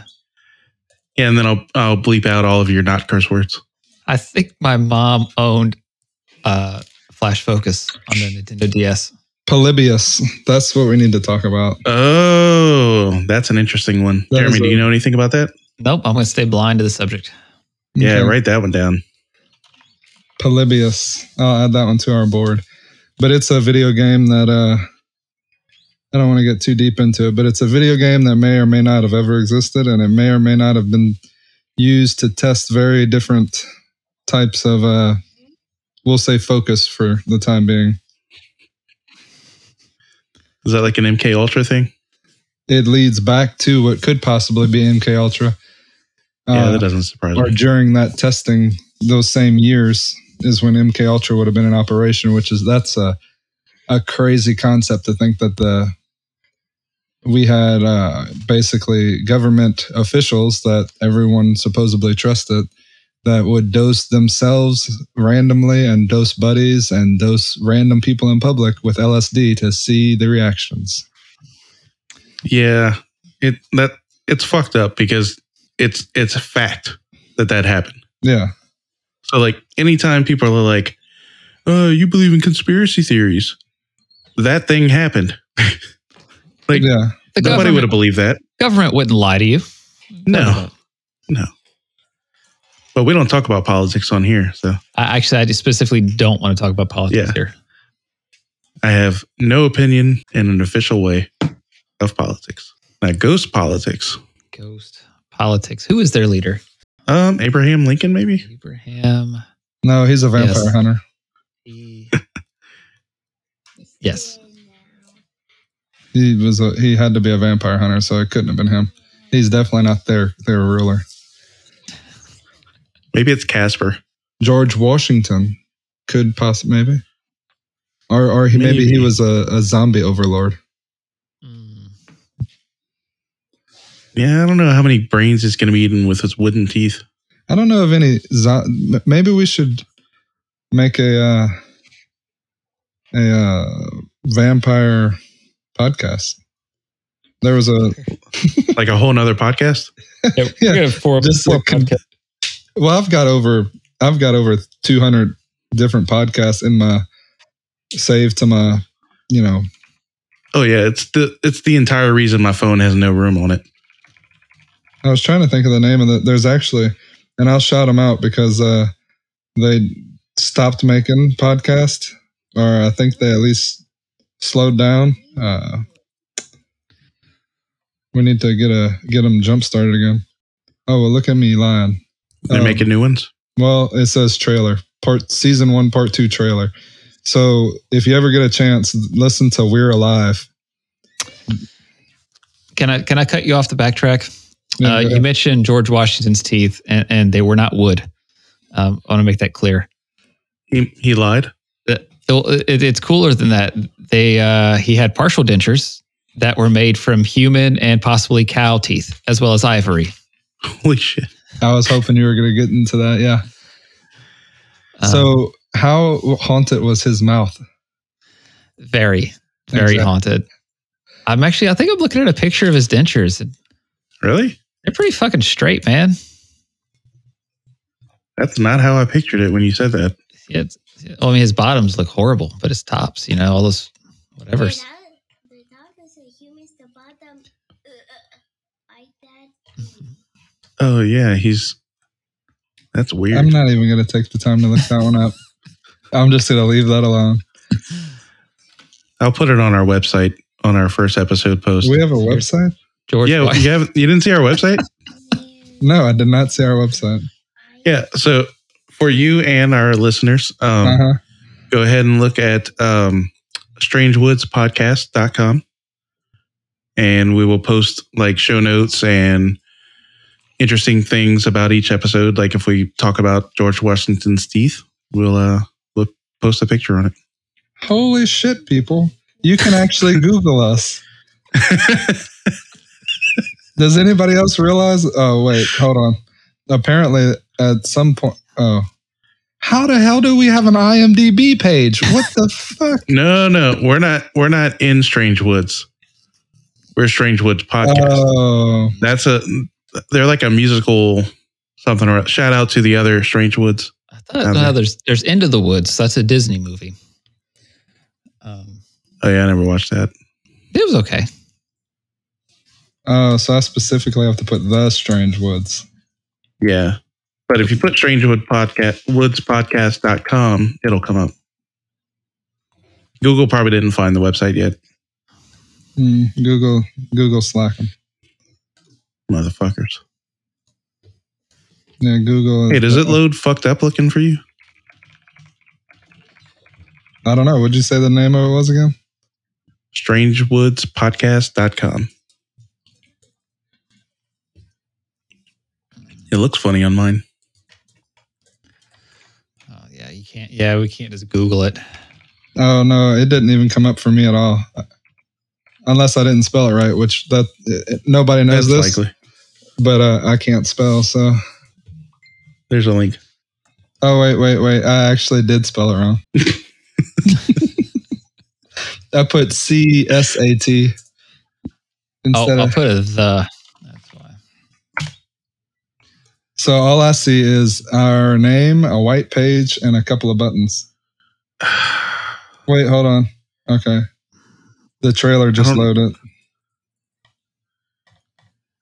D: And then I'll I'll bleep out all of your not curse words.
B: I think my mom owned uh, Flash Focus on the Nintendo DS.
C: polybius that's what we need to talk about
D: Oh, that's an interesting one.
C: That
D: Jeremy,
C: is
D: do
C: a-
D: you know anything about that?
B: Nope, I'm going to stay blind to the subject.
D: Yeah,
C: Okay.
D: write that one down.
C: Polybius. I'll add that one to our board. But it's a video game that uh, I don't want to get too deep into it, but it's a video game that may or may not have ever existed, and it may or may not have been used to test very different types of, uh, we'll say, focus for the time being.
D: Is that like an MK Ultra thing?
C: It leads back to what could possibly be MK Ultra,
D: yeah,
C: uh,
D: that doesn't surprise
C: or
D: me.
C: during that testing, those same years is when MK Ultra would have been in operation, which is that's a a crazy concept to think that the we had uh, basically government officials that everyone supposedly trusted that would dose themselves randomly and dose buddies and dose random people in public with LSD to see the reactions.
D: Yeah, it that it's fucked up because it's it's a fact that that happened.
C: Yeah,
D: So like anytime people are like, "Oh, you believe in conspiracy theories," that thing happened. Like,
C: yeah,
B: The
D: Nobody would have
B: government,
D: believed that.
B: government wouldn't lie to you.
D: No, but we don't talk about politics on here, so
B: I, actually, I specifically don't want to talk about politics
D: Yeah.
B: here.
D: I have no opinion in an official way of politics. Now, ghost politics.
B: Ghost politics. Who is their leader?
D: Um, Abraham Lincoln, maybe.
B: Abraham.
C: no, he's a vampire
B: Yes.
C: hunter.
B: yes.
C: He was a, he had to be a vampire hunter, so it couldn't have been him. He's definitely not their their ruler.
D: Maybe it's Casper.
C: George Washington could possibly maybe, or or he, maybe. he
D: Maybe.
C: was a, a zombie overlord.
B: Mm.
D: Yeah, I don't know how many brains it's going to be eating with its wooden teeth.
C: I don't know of any. Zo- m- maybe we should make a uh, a uh, vampire podcast. There was a
D: Like a whole nother podcast?
F: Yeah,
C: Yeah,
F: we're gonna have four,
C: just
F: four
C: a con-
F: podcasts.
C: well, I've got over I've got over two hundred different podcasts in my save to my you know
D: Oh yeah, it's the it's the entire reason my phone has no room on it.
C: I was trying to think of the name of the. There's actually, and I'll shout them out because uh, they stopped making podcast, or I think they at least slowed down. Uh, we need to get a get them jump started again. Oh well, look at me lying.
D: They're
C: Um,
D: making new ones.
C: well, it says trailer part season one, part two trailer. So if you ever get a chance, listen to We're Alive.
B: Can I can I cut you off the backtrack?
C: Yeah,
B: uh,
C: go
B: you
C: ahead.
B: mentioned George Washington's teeth, and, and they were not wood. Um, I want to make that clear.
D: He, he lied.
B: That- it- it's cooler than that. They uh, he had partial dentures that were made from human and possibly cow teeth, as well as ivory.
D: Holy shit!
C: I was hoping you were going to get into that. Yeah.
B: Um,
C: So, how haunted was his mouth?
B: very very
C: Exactly.
B: haunted. I'm actually I think I'm looking at a picture of his dentures. and
D: Really?
B: They're pretty fucking straight, man.
D: That's not how I pictured it when you said that.
B: Yeah, it's, I mean, his bottoms look horrible, but his tops, you know, all those whatever.
E: Without- without us, the humans, the bottom, uh, uh, like that.
D: Oh yeah, he's. That's weird.
C: I'm not even going to take the time to look that one up. I'm just going to leave that alone.
D: I'll put it on our website on our first episode post.
C: Do we have a website?
B: George,
D: yeah,
B: Wash-
D: you have you didn't see our website?
C: No, I did not see our website.
D: yeah. So for you and our listeners, um,
C: Uh huh.
D: go ahead and look at um, strangewoodspodcast.com and we will post like show notes and interesting things about each episode like if we talk about george washington's teeth we'll uh we'll post a picture on
C: Holy shit, people. You can actually Google us.
D: it
C: Does anybody else realize? Oh, wait, hold on. Apparently, at some point, oh. How the hell do we have an IMDb page? What the fuck?
D: no no we're not we're not in strange woods we're strange woods podcast
C: Oh,
D: that's a they're like a musical something or shout out to the other strange woods
B: I thought
D: have
B: no,
D: it.
B: there's there's Into the Woods. That's a Disney movie. Um,
D: oh yeah i never watched that
B: it was okay.
C: oh, so I specifically have to put the Strange Woods.
D: Yeah. But if you put Strangewood podcast woodspodcast.com, it'll come up. Google probably didn't find the website yet,
C: Mm, Google Google slacking.
D: motherfuckers.
C: Yeah, Google.
D: Hey, does it load fucked up looking for you?
C: I don't know. Would you say the name of it was again?
D: Strangewoodspodcast.com. It looks funny on mine.
B: Oh, yeah, you can't. Yeah, we can't just Google it.
C: Oh no, it didn't even come up for me at all. Uh, Unless I didn't spell it right, which that it, it- nobody knows
D: That's
C: this,
D: likely.
C: but uh, I can't spell. So,
D: There's a link.
C: oh wait, wait, wait. I actually did spell it wrong. I put C S A T
B: Oh,
C: instead
B: I'll
C: of.
B: put it the. That's why.
C: So all I see is our name, a white page, and a couple of buttons. Wait, hold on. Okay. The trailer
D: I
C: just
D: don't-
C: loaded.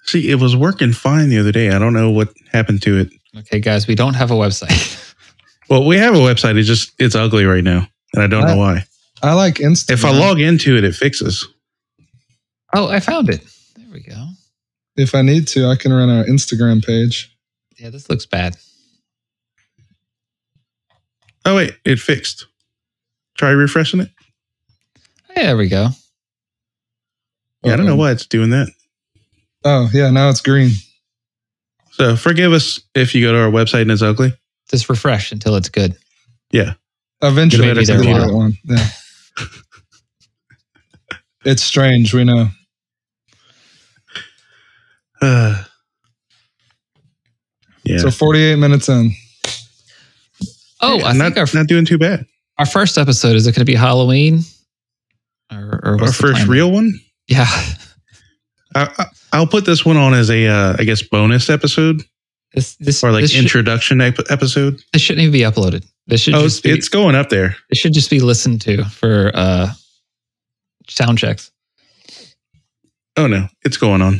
D: See, it was working fine the other day. I don't know what happened to it.
B: Okay, guys, we don't have a website.
D: Well, we have a website. It's just it's ugly right now. And I don't
C: I-
D: know why.
C: I like Instagram.
D: If I log into it, it fixes.
B: oh, I found it. There we go.
C: if I need to, I can run our Instagram page.
B: Yeah, this looks bad.
D: Oh wait, it fixed. Try refreshing it.
B: Hey, there we go.
D: Yeah, I don't know why it's doing that.
C: Oh yeah, now it's green.
D: So forgive us if you go to our website and it's ugly.
B: Just refresh until it's good.
C: Eventually,
B: Maybe
C: it's
B: they're
C: the
B: wild.
C: right one. Yeah. it's strange, we know.
D: Uh, yeah.
C: So 48 minutes in.
B: Oh, I
D: not,
B: think our,
D: not doing too bad.
B: our first episode is it going to be Halloween? Or, or
D: Our
B: what's the
D: first
B: plan?
D: real one.
B: Yeah.
D: I, I, I'll put this one on as a, uh, I guess, bonus episode
B: This this
D: or like
B: this should-
D: introduction ep- episode.
B: this shouldn't even be uploaded. This should
D: Oh, it's,
B: just be,
D: it's going up there.
B: it should just be listened to for uh sound checks.
D: Oh no, it's going on.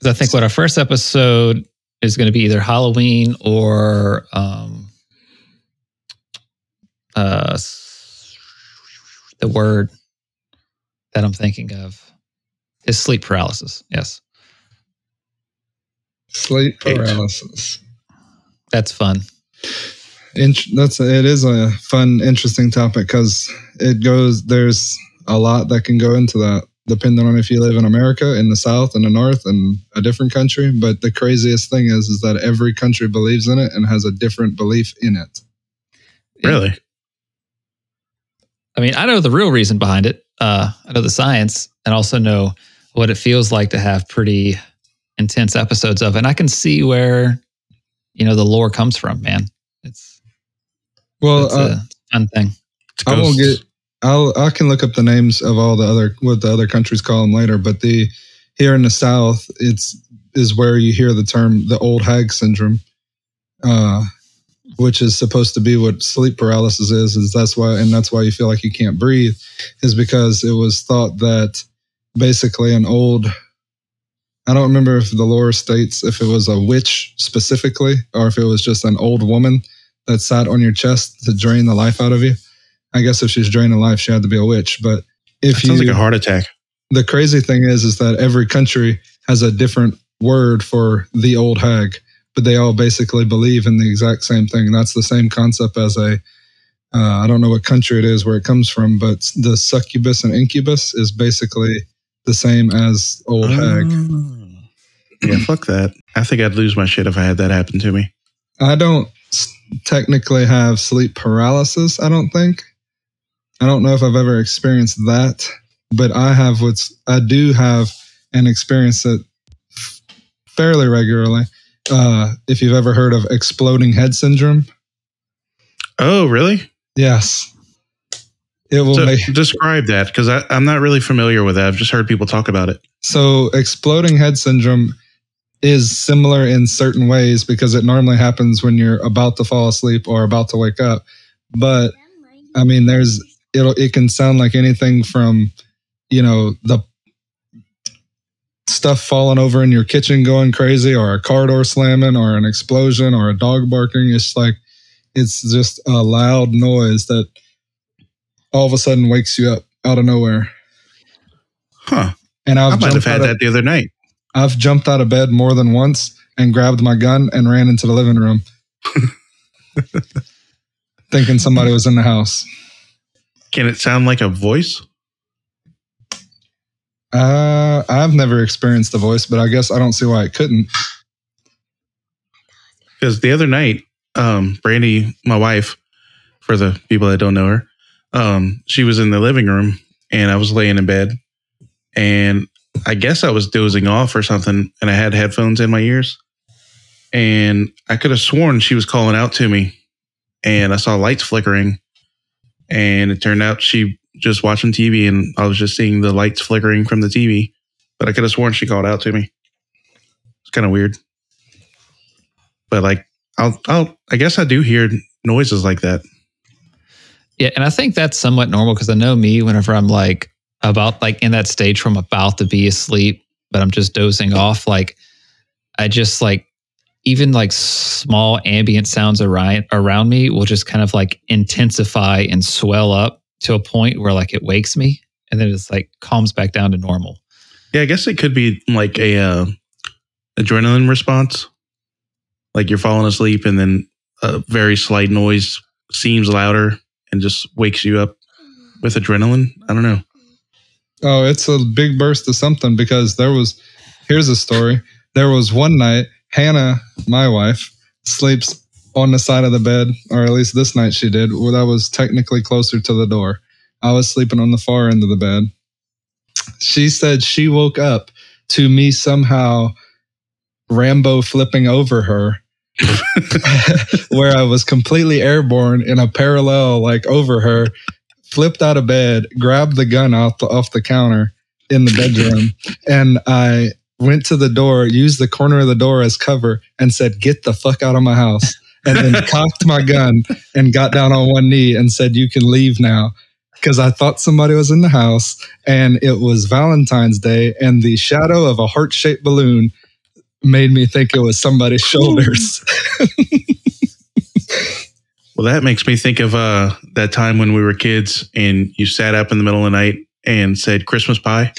B: 'Cause I think what our first episode is going to be either Halloween or um uh s- the word that I'm thinking of is sleep paralysis. Yes.
C: Sleep
D: Eight.
C: paralysis.
B: That's fun.
C: Int- that's it is a fun, interesting topic because it goes. There's a lot that can go into that, depending on if you live in America, in the South, in the North, and a different country. But the craziest thing is, is that every country believes in it and has a different belief in it.
D: Really?
B: I mean, I know the real reason behind it. Uh, I know the science and also know what it feels like to have pretty intense episodes of it. And I can see where, you know, the lore comes from, man. It's,
C: Well,
B: it's
C: uh,
B: a fun thing.
D: It's
C: I won't
D: ghosts.
C: get. I'll I can look up the names of all the other what the other countries call them later. But the here in the South, it's is where you hear the term the old hag syndrome, uh, which is supposed to be what sleep paralysis is. Is that's why and that's why you feel like you can't breathe, is because it was thought that basically an old. I don't remember if the lore states if it was a witch specifically or if it was just an old woman that sat on your chest to drain the life out of you. I guess if she's draining life, she had to be a witch. But
D: That
C: if you
D: sounds like a heart attack.
C: the crazy thing is is that every country has a different word for the old hag but they all basically believe in the exact same thing that's the same concept as a uh, i don't know what country it is where it comes from but the succubus and incubus is basically the same as old hag
D: Oh. Yeah, fuck that. I think I'd lose my shit if I had that happen to me.
C: i don't s- technically have sleep paralysis i don't think i don't know if i've ever experienced that but i have what's i do have and experience it f- fairly regularly. Uh, if you've ever heard of exploding head syndrome,
D: Oh, really?
C: yes, it will
D: So
C: make
D: describe that because I'm not really familiar with that. I've just heard people talk about it.
C: So, exploding head syndrome is similar in certain ways because it normally happens when you're about to fall asleep or about to wake up. But I mean, there's it'll it can sound like anything from you know the stuff falling over in your kitchen going crazy or a car door slamming or an explosion or a dog barking it's like it's just a loud noise that all of a sudden wakes you up out of nowhere
D: Huh.
C: and i've
D: I might have
C: jumped out
D: had
C: of-
D: that the other night.
C: I've jumped out of bed more than once and grabbed my gun and ran into the living room, thinking somebody was in the house.
D: Can it sound like a voice?
C: Uh, I've never experienced the voice, but I guess I don't see why it couldn't.
D: Because the other night, um, Brandy, my wife, for the people that don't know her, um, she was in the living room and I was laying in bed and I guess I was dozing off or something and I had headphones in my ears. And I could have sworn she was calling out to me and I saw lights flickering and it turned out she just watching TV and I was just seeing the lights flickering from the TV. But I could have sworn she called out to me. It's kind of weird. But like I'll I'll I guess I do hear noises like that.
B: Yeah. And I think that's somewhat normal because I know me whenever I'm like about like in that stage where I'm about to be asleep, but I'm just dozing off. Like I just like even like small ambient sounds around around me will just kind of like intensify and swell up to a point where like it wakes me and then it's like calms back down to normal.
D: Yeah, I guess it could be like a uh, adrenaline response. Like you're falling asleep, and then a very slight noise seems louder and just wakes you up with adrenaline. I don't know.
C: Oh, it's a big burst of something because there was, here's a story. There was one night, Hannah, my wife, sleeps on the side of the bed, or at least this night she did, where that was technically closer to the door. I was sleeping on the far end of the bed. She said she woke up to me somehow Rambo flipping over her, where I was completely airborne in a parallel, like over her, flipped out of bed, grabbed the gun off the, off the counter in the bedroom, and I went to the door, used the corner of the door as cover, and said, Get the fuck out of my house. And then cocked my gun and got down on one knee and said, You can leave now. Because I thought somebody was in the house and it was Valentine's Day, and the shadow of a heart shaped balloon made me think it was somebody's shoulders.
D: Well, that makes me think of uh, that time when we were kids and you sat up in the middle of the night and said Christmas pie.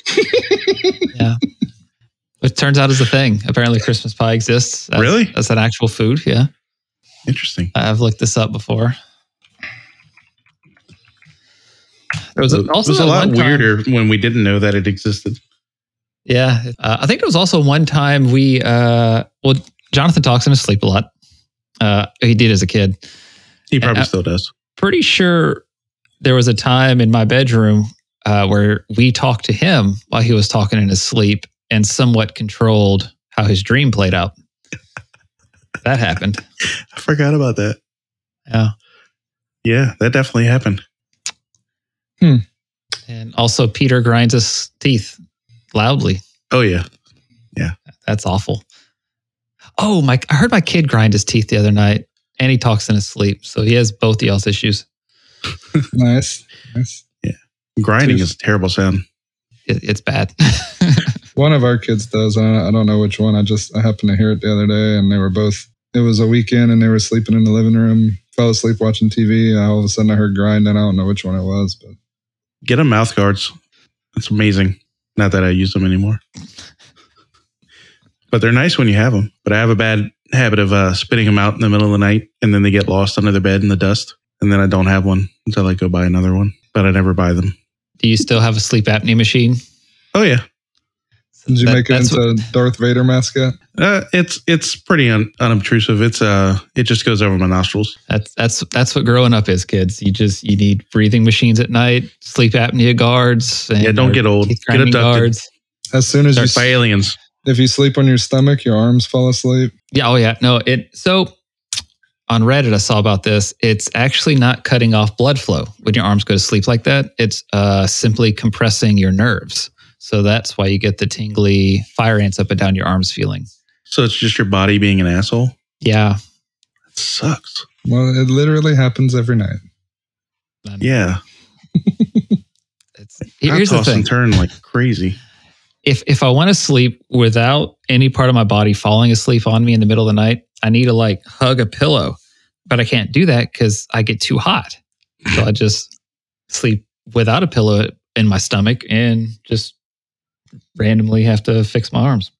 B: It turns out is a thing. Apparently, Christmas pie exists. That's,
D: Really?
B: That's an actual food. Yeah,
D: Interesting.
B: I've looked this up before. There was
D: it
B: also
D: was a
B: that
D: lot
B: one time-
D: weirder when we didn't know that it existed.
B: Yeah, uh, I think there was also one time we uh, well, Jonathan talks in his sleep a lot. Uh, he did as a kid.
D: He probably
B: Uh,
D: still does.
B: Pretty sure there was a time in my bedroom uh, where we talked to him while he was talking in his sleep and somewhat controlled how his dream played out. that happened.
D: I forgot about that.
B: Yeah.
D: Yeah, that definitely happened.
B: And also, Peter grinds his teeth loudly.
D: Oh yeah.
B: That's awful. Oh, my! I heard my kid grind his teeth the other night, and he talks in his sleep, so he has both y'all's issues.
C: nice. nice.
D: Grinding
C: Tooth.
D: is a terrible sound.
B: It, it's bad.
C: One of our kids does. I don't, I don't know which one. I just I happened to hear it the other day, and they were both. It was a weekend, and they were sleeping in the living room. Fell asleep watching TV. And all of a sudden, I heard grinding. I don't know which one it was, but
D: Get them mouth guards. It's amazing. Not that I use them anymore. But they're nice when you have them. But I have a bad habit of uh, spitting them out in the middle of the night and then they get lost under the bed in the dust. And then I don't have one until I go buy another one. But I never buy them.
B: Do you still have a sleep apnea machine?
D: Oh, yeah.
C: did you
B: That-
C: make it
B: that's
C: into Darth Vader mascot?
D: Uh, it's it's pretty un- unobtrusive. It's uh, It just goes over my nostrils.
B: That's that's that's what growing up is, kids. You just you need breathing machines at night, sleep apnea guards. And
D: Yeah, don't get old.
B: teeth
D: Get
B: grinding
D: abducted.
C: As soon as you,
D: They're
C: s-
D: by aliens.
C: if you sleep on your stomach, your arms fall asleep.
B: Yeah. Oh, yeah. No. It so on Reddit I saw about this. It's actually not cutting off blood flow when your arms go to sleep like that. It's uh, simply compressing your nerves. So that's why you get the tingly fire ants up and down your arms feeling.
D: So it's just your body being an asshole.
B: Yeah.
D: That sucks.
C: Well, it literally happens every night.
D: Yeah.
B: It's, here's the
D: I toss
B: thing.
D: and turn like crazy.
B: if if I want to sleep without any part of my body falling asleep on me in the middle of the night, I need to like hug a pillow, but I can't do that because I get too hot. So I just sleep without a pillow in my stomach and just randomly have to fix my arms.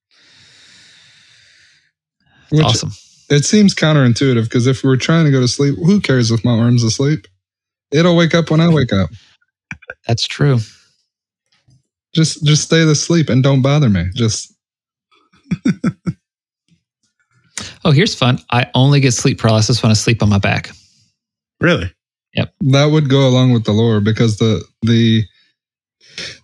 C: Which
B: awesome.
C: it seems counterintuitive because if we're trying to go to sleep, who cares if my arms asleep? It'll wake up when I wake up.
B: That's true.
C: Just just stay to sleep and don't bother me. Just
B: Oh, here's fun. I only get sleep paralysis when I sleep on my back.
D: Really?
C: that would go along with the lore because the the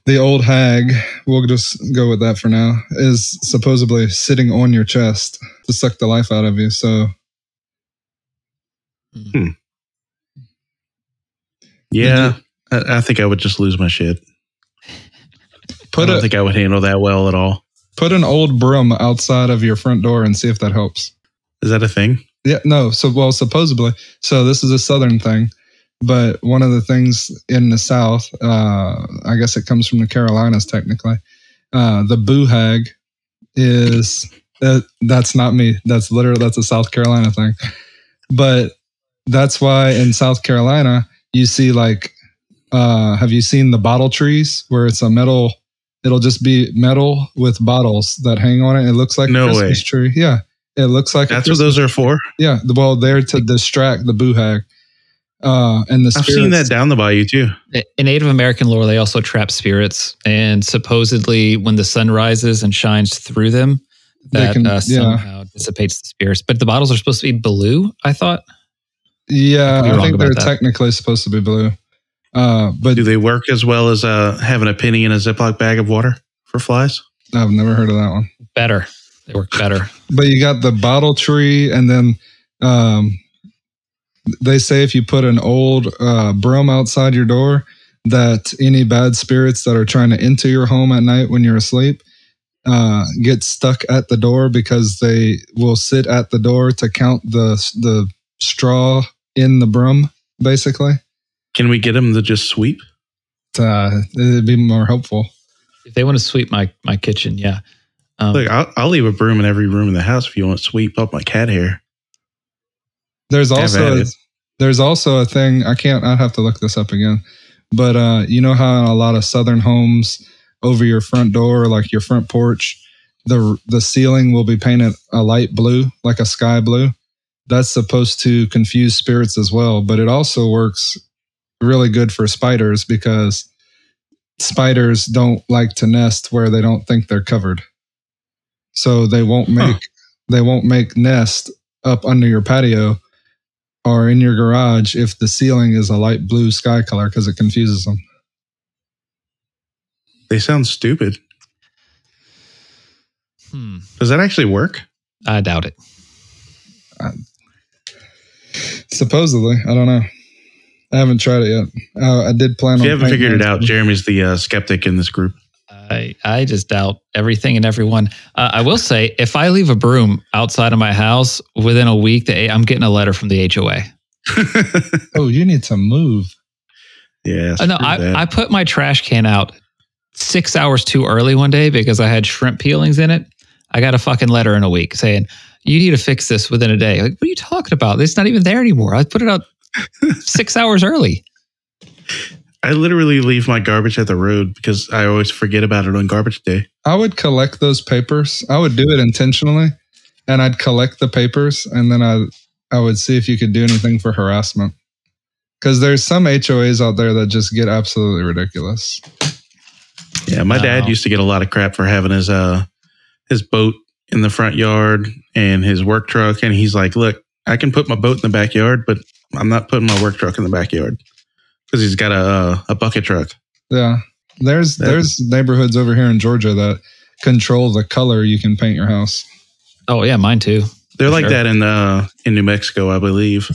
C: the old hag we'll just go with that for now is supposedly sitting on your chest to suck the life out of you so
D: Yeah.
C: Mm-hmm.
D: I, I think I would just lose my shit. I
C: put
D: don't
C: a,
D: think I would handle that well at all.
C: put an old broom outside of your front door and see if that helps
D: Is that a thing?
C: Yeah, no. So, well, supposedly, so this is a Southern thing, but one of the things in the South, uh, I guess it comes from the Carolinas technically, uh, the boo hag is that that's not me. That's literally that's a South Carolina thing, but that's why in South Carolina you see like, uh, have you seen the bottle trees where it's a metal? It'll just be metal with bottles that hang on it. It looks like
D: No
C: a Christmas
D: way.
C: tree. Yeah. It looks like a
D: That's what those are for.
C: yeah, the- well, they're to distract the boo hag. Uh, and the
D: I've seen that
C: spirits-
D: down the bayou too.
B: In Native American lore, they also trap spirits, and supposedly, when the sun rises and shines through them,
C: They
B: that
C: can-
B: uh,
C: yeah.
B: somehow dissipates the spirits. But the bottles are supposed to be blue. I thought. I could be
C: Yeah, I
B: wrong
C: think they're
B: about that.
C: technically supposed to be blue. Uh, but
D: Do they work as well as uh, having a penny in a Ziploc bag of water for flies?
C: I've never heard of that one.
B: Better. They work better.
C: But you got the bottle tree, and then um, they say if you put an old uh, broom outside your door, that any bad spirits that are trying to enter your home at night when you're asleep uh, get stuck at the door because they will sit at the door to count the the straw in the broom, basically.
D: Can we get him to just sweep?
C: Uh, it'd be more helpful.
B: If they want to sweep my my kitchen, yeah. Um,
D: Look, I'll, I'll leave a broom in every room in the house if you want to sweep up my cat hair.
C: There's
D: Have at
C: also
D: it.
C: there's also a thing I can't. I'd have to look this up again. But uh, you know how in a lot of southern homes, over your front door, like your front porch, the the ceiling will be painted a light blue, like a sky blue. That's supposed to confuse spirits as well, but it also works really good for spiders because spiders don't like to nest where they don't think they're covered. So they won't make they won't make nest up under your patio or in your garage if the ceiling is a light blue sky color because it confuses them.
D: They sound stupid.
B: hmm,
D: Does that actually work?
B: I doubt it.
C: Supposedly, I don't know. I haven't tried it yet. Uh, I did plan
D: If
C: on.
D: you haven't
C: painting
D: figured it out, Jeremy's the uh, skeptic in this group.
B: I I just doubt everything and everyone. Uh, I will say, if I leave a broom outside of my house within a week, the, I'm getting a letter from the HOA.
C: Oh, you need to move.
D: yeah.
B: Uh, no,
D: screw that.
B: I, I put my trash can out six hours too early one day because I had shrimp peelings in it. I got a fucking letter in a week saying, you need to fix this within a day. Like, what are you talking about? It's not even there anymore. I put it out six hours early.
D: I literally leave my garbage at the road because I always forget about it on garbage day.
C: I would collect those papers. I would do it intentionally, and I'd collect the papers, and then I I would see if you could do anything for harassment. Because there's some HOAs out there that just get absolutely ridiculous.
D: Yeah, my
B: Wow.
D: dad used to get a lot of crap for having his uh his boat in the front yard and his work truck, and he's like, "Look, I can put my boat in the backyard, but I'm not putting my work truck in the backyard because he's got a uh, a bucket truck."
C: Yeah. There's
D: That-
C: there's neighborhoods over here in Georgia that control the color you can paint your house.
B: Oh, yeah, mine too.
D: They're like
B: Sure.
D: that in uh in New Mexico, I believe.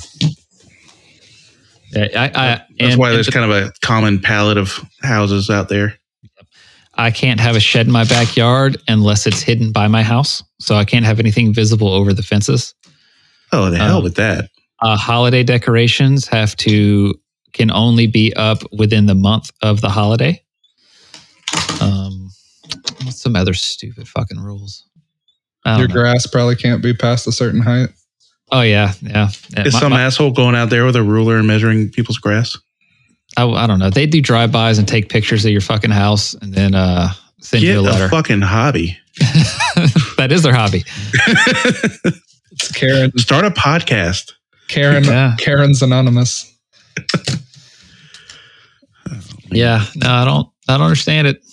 B: Yeah, I, I,
D: That's
B: and-
D: why
B: and
D: there's kind of a common palette of houses out there.
B: I can't have a shed in my backyard unless it's hidden by my house. So I can't have anything visible over the fences.
D: Oh, the hell
B: Um,
D: with that!
B: Uh, holiday decorations have to can only be up within the month of the holiday. Um, what's some other stupid fucking rules? I
C: Your
B: don't know.
C: grass probably can't be past a certain height.
B: Oh yeah, yeah. Yeah,
D: Is
B: my-
D: some
B: my-
D: asshole going out there with a ruler and measuring people's grass?
B: I, I don't know. They do drive-bys and take pictures of your fucking house and then uh, send
D: Get
B: you a
D: a
B: letter.
D: fucking hobby.
B: that is their hobby.
C: It's Karen
D: Start a podcast.
C: Karen
B: Yeah.
C: Karen's anonymous.
B: Yeah, no, I don't. I don't understand it.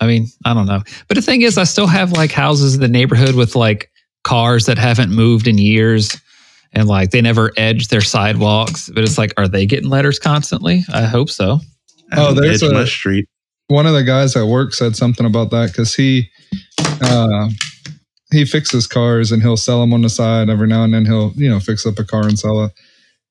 B: I mean, I don't know. But the thing is, I still have like houses in the neighborhood with like cars that haven't moved in years, and like they never edge their sidewalks. But it's like, are they getting letters constantly? I hope so.
C: Oh,
D: Um,
C: there's
D: Edge
C: a-
D: my street.
C: One of the guys at work said something about that because he uh, he fixes cars and he'll sell them on the side every now and then. He'll you know fix up a car and sell it.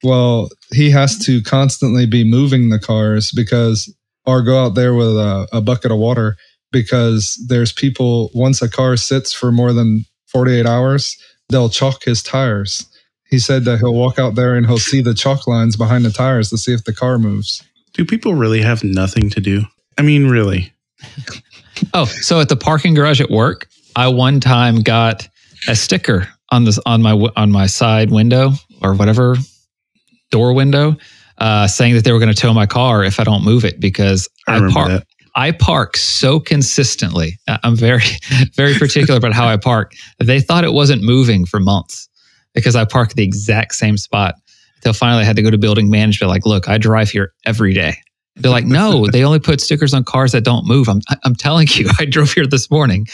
C: Well, he has to constantly be moving the cars because or go out there with a, a bucket of water because there's people once a car sits for more than 48 hours they'll chalk his tires he said that he'll walk out there and he'll see the chalk lines behind the tires to see if the car moves
D: Do people really have nothing to do? I mean, really?
B: Oh, so at the parking garage at work, I one time got a sticker on this on my wi- on my side window or whatever door window, uh, saying that they were going to tow my car if I don't move it because
D: I
B: I,
D: remember
B: parked.
D: that.
B: I park so consistently. I- I'm very, very particular about how I park. They thought it wasn't moving for months because I park the exact same spot. Until finally, I had to go to building management. Like, look, I drive here every day. They're like, no, they only put stickers on cars that don't move. I'm, I'm telling you, I drove here this morning.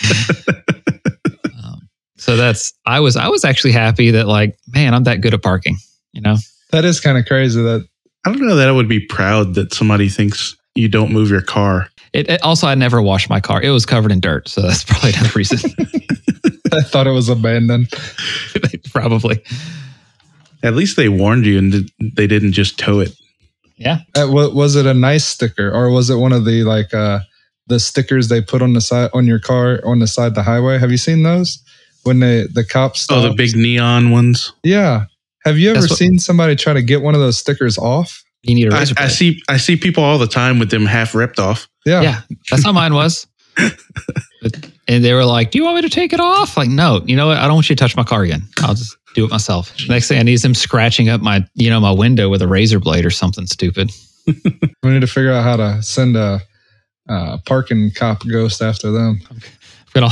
B: um, so that's I was I was actually happy that like, man, I'm that good at parking. You know,
C: that is kind of crazy that
D: I don't know that I would be proud that somebody thinks you don't move your car.
B: It, it- also I never washed my car. It was covered in dirt, so that's probably another reason.
C: I thought it was abandoned.
B: probably.
D: At least they warned you and did, they didn't just tow it.
B: Yeah.
C: Uh, wa- was it a nice sticker or was it one of the like uh the stickers they put on the side on your car on the side of the highway? Have you seen those? When the the cops
D: Oh,
C: stops.
D: the big neon ones.
C: Yeah. Have you ever
B: That's what-
C: seen somebody try to get one of those stickers off?
B: You need a
D: I,
B: razor
D: I
B: blade.
D: see. I see people all the time with them half ripped off.
C: Yeah.
B: Yeah, that's how mine was. But- and they were like, "Do you want me to take it off?" Like, no, you know what? I don't want you to touch my car again. I'll just do it myself. Next thing I need is them scratching up my, you know, my window with a razor blade or something stupid.
C: We need to figure out how to send a uh, parking cop ghost after them.
B: I'm gonna,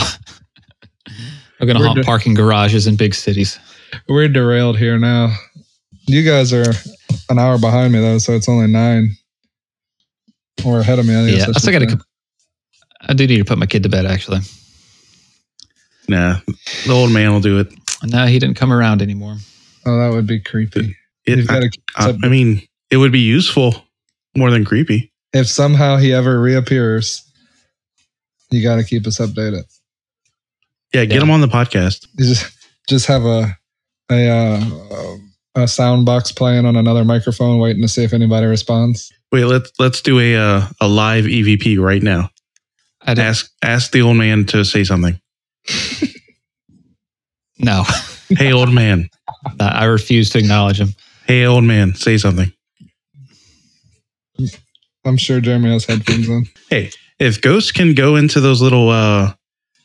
B: I'm gonna
C: We're
B: haunt
C: do-
B: parking garages in big cities.
C: We're derailed here now. You guys are an hour behind me though, so it's only nine or ahead of me. I guess
B: yeah, I
C: should
B: still gotta.
C: say.
B: com- I do need to put my kid to bed actually.
D: Nah, the old man will do it.
B: No, he didn't come around anymore.
C: Oh, that would be creepy.
D: it
C: You've gotta-
D: I, I mean, it would be useful more than creepy.
C: if somehow he ever reappears, you got to keep us updated.
D: Yeah, get
B: Yeah.
D: him on the podcast.
C: You just just have a a uh, a sound box playing on another microphone, waiting to see if anybody responds.
D: Wait, let's let's do a uh, a live EVP right now.
B: I don't,
D: Ask ask the old man to say something.
B: no,
D: Hey, old man.
B: I refuse to acknowledge him.
D: Hey, old man. Say something.
C: I'm sure Jeremy has headphones on.
D: If ghosts can go into those little uh,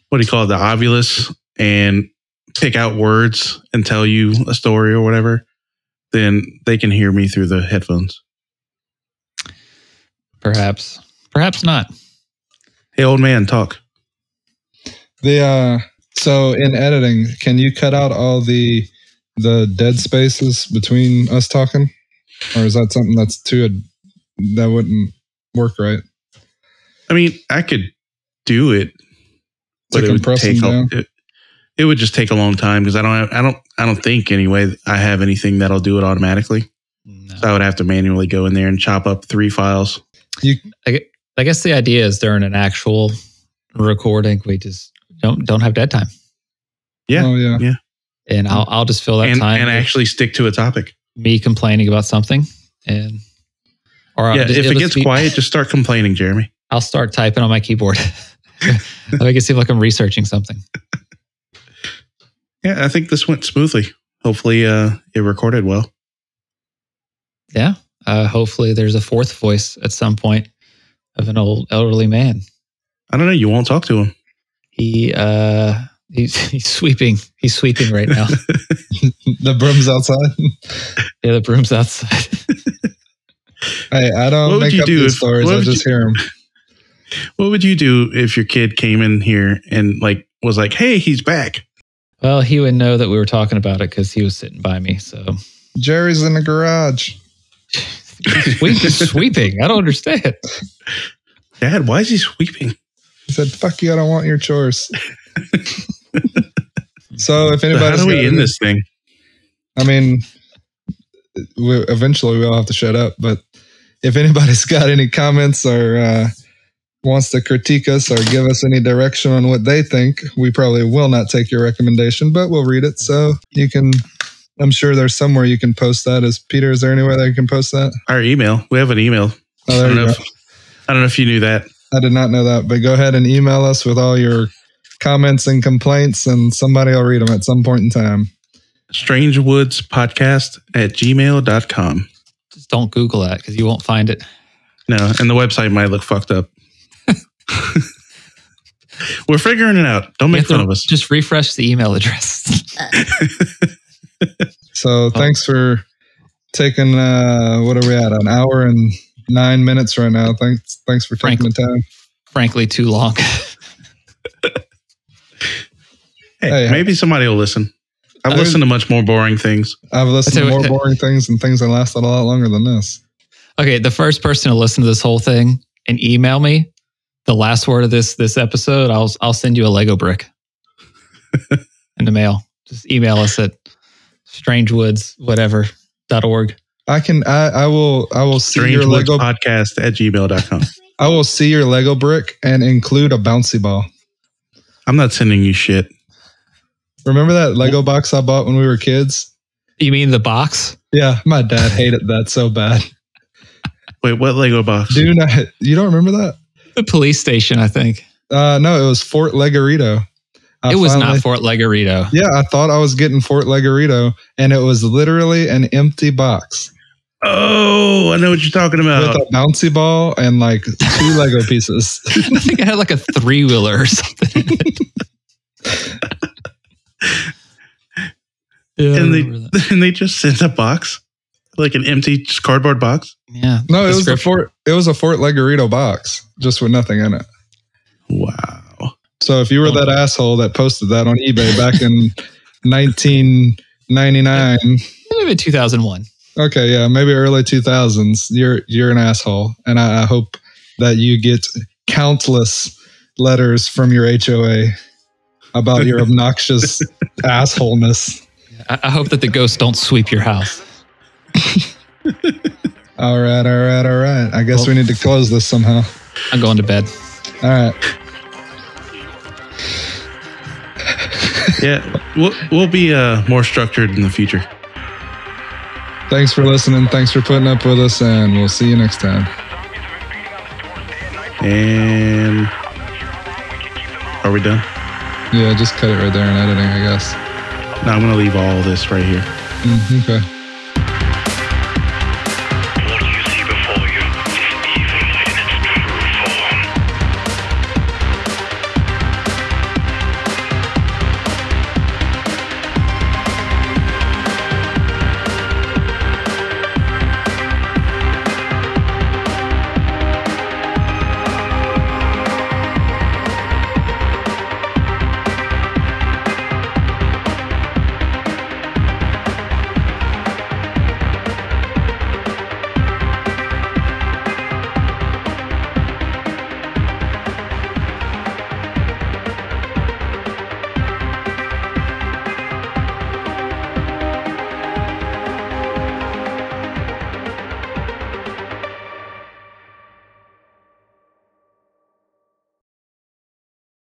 D: what do you call it, the ovulus, and pick out words and tell you a story or whatever, then they can hear me through the headphones.
B: Perhaps, perhaps not.
D: Hey, old man, talk.
C: The uh, so in editing, can you cut out all the the dead spaces between us talking, or is that something that's too ad- that wouldn't work right?
D: I mean, I could do it, but
C: like
D: it would
C: compressing
D: take a,
C: down?
D: it, it would just take a long time because I don't have, I don't I don't think anyway I have anything that'll do it automatically.
B: No.
D: So I would have to manually go in there and chop up three files.
B: I guess the idea is during an actual recording, we just don't don't have dead time,
D: Yeah.
C: Oh yeah.
B: and I'll I'll just fill that
D: And,
B: time
D: and
B: with
D: actually stick to a topic.
B: me complaining about something, and or I'll
D: yeah,
B: just-
D: if it
B: it'll
D: gets
B: be-
D: quiet, just start complaining, Jeremy.
B: I'll start typing on my keyboard. I'll make it seem like I'm researching something.
D: Yeah, I think this went smoothly. Hopefully, uh, it recorded well.
B: Yeah, uh, hopefully there's a fourth voice at some point of an old elderly man.
D: I don't know. You won't talk to him.
B: He uh, he's, he's sweeping. He's sweeping right now.
C: The broom's outside.
B: yeah, the broom's outside.
C: hey, I
D: What
C: don't
D: would
C: make
D: you
C: up
D: do
C: these
D: if-
C: stories.
D: what
C: I
D: would
C: just hear 'em. hear them.
D: What would you do if your kid came in here and like was like, "Hey, he's back."
B: well, he would know that we were talking about it because he was sitting by me. So.
C: Jerry's in the garage.
B: Sweep, sweeping. I don't understand.
D: Dad, why is he sweeping?
C: He said, "Fuck you! I don't want your chores." so if
D: So how
C: anybody,
D: do we end this thing?
C: I mean, we, eventually we all have to shut up. But if anybody's got any comments or uh, wants to critique us or give us any direction on what they think, we probably will not take your recommendation, but we'll read it. So you can. I'm sure there's somewhere you can post that. Is Peter? Is there anywhere that you can post that?
D: our email. We have an email.
C: Oh,
D: I
C: there
D: don't
C: you
D: know.
C: go.
D: If, I don't know if you knew that.
C: I did not know that, but go ahead and email us with all your comments and complaints, and somebody will read them at some point in time.
D: Strangewoodspodcast at gmail.com.
B: Just don't Google that because you won't find it.
D: No, and the website might look fucked up. We're figuring it out. Don't
B: You
D: make
B: have to
D: fun of us.
B: Just refresh the email address.
C: So
B: Oh.
C: thanks for taking uh what are we at? An hour and nine minutes right now. Thanks thanks for taking the time.
B: Frankly, too long.
D: Hey,
C: hey.
D: maybe somebody will listen. I've
C: I-
D: listened to much more boring things.
C: I've listened to
B: That's
C: more
B: okay.
C: boring things and things that lasted a lot longer than this.
B: Okay, the first person to listen to this whole thing and email me the last word of this this episode, I'll I'll send you a Lego brick in the mail. Just email us at strangewoods whatever dot org.
C: I can I, I will I will see your
D: Strangewoodspodcast
C: Lego
D: podcast at gmail.com.
C: I will see your Lego brick and include a bouncy ball.
D: I'm not sending you shit.
C: Remember that Lego box I bought when we were kids?
B: You mean the box?
C: Yeah, my dad hated that so bad.
D: Wait, what Lego box?
C: Do not you don't remember that?
B: The police station, I think.
C: Uh, no, it was Fort Legorito. I
D: Uh,
B: it was
C: finally-
B: not Fort Legorito.
C: Yeah, I thought I was getting Fort Legorito, and it was literally an empty box
D: Oh, I know what you're talking about.
C: with a bouncy ball and like two Lego pieces.
B: I think I had like a three wheeler or something. in it. yeah, I
D: and
B: remember that.
D: they and they just sent a box, like an empty just cardboard box.
B: yeah.
C: No, it was a
B: Description.
C: Fort. It was a Fort Legorito box, just with nothing in it.
D: Wow.
C: So if you
B: Oh.
C: were that asshole that posted that on eBay back in 1999,
B: Maybe 2001.
C: okay, yeah, maybe early 2000s, you're you're an asshole, and I, I hope that you get countless letters from your HOA about your obnoxious assholeness.
B: I, I hope that the ghosts don't sweep your house.
C: All right, all right, all right. I guess we need to close this somehow.
B: I'm going to bed.
C: All right.
D: Yeah, we'll we'll be uh, more structured in the future.
C: Thanks for listening. Thanks for putting up with us, and we'll see you next time.
D: And are we done?
C: Yeah, just cut it right there in editing, I guess.
D: No, I'm gonna leave all this right here.
C: Mm, okay.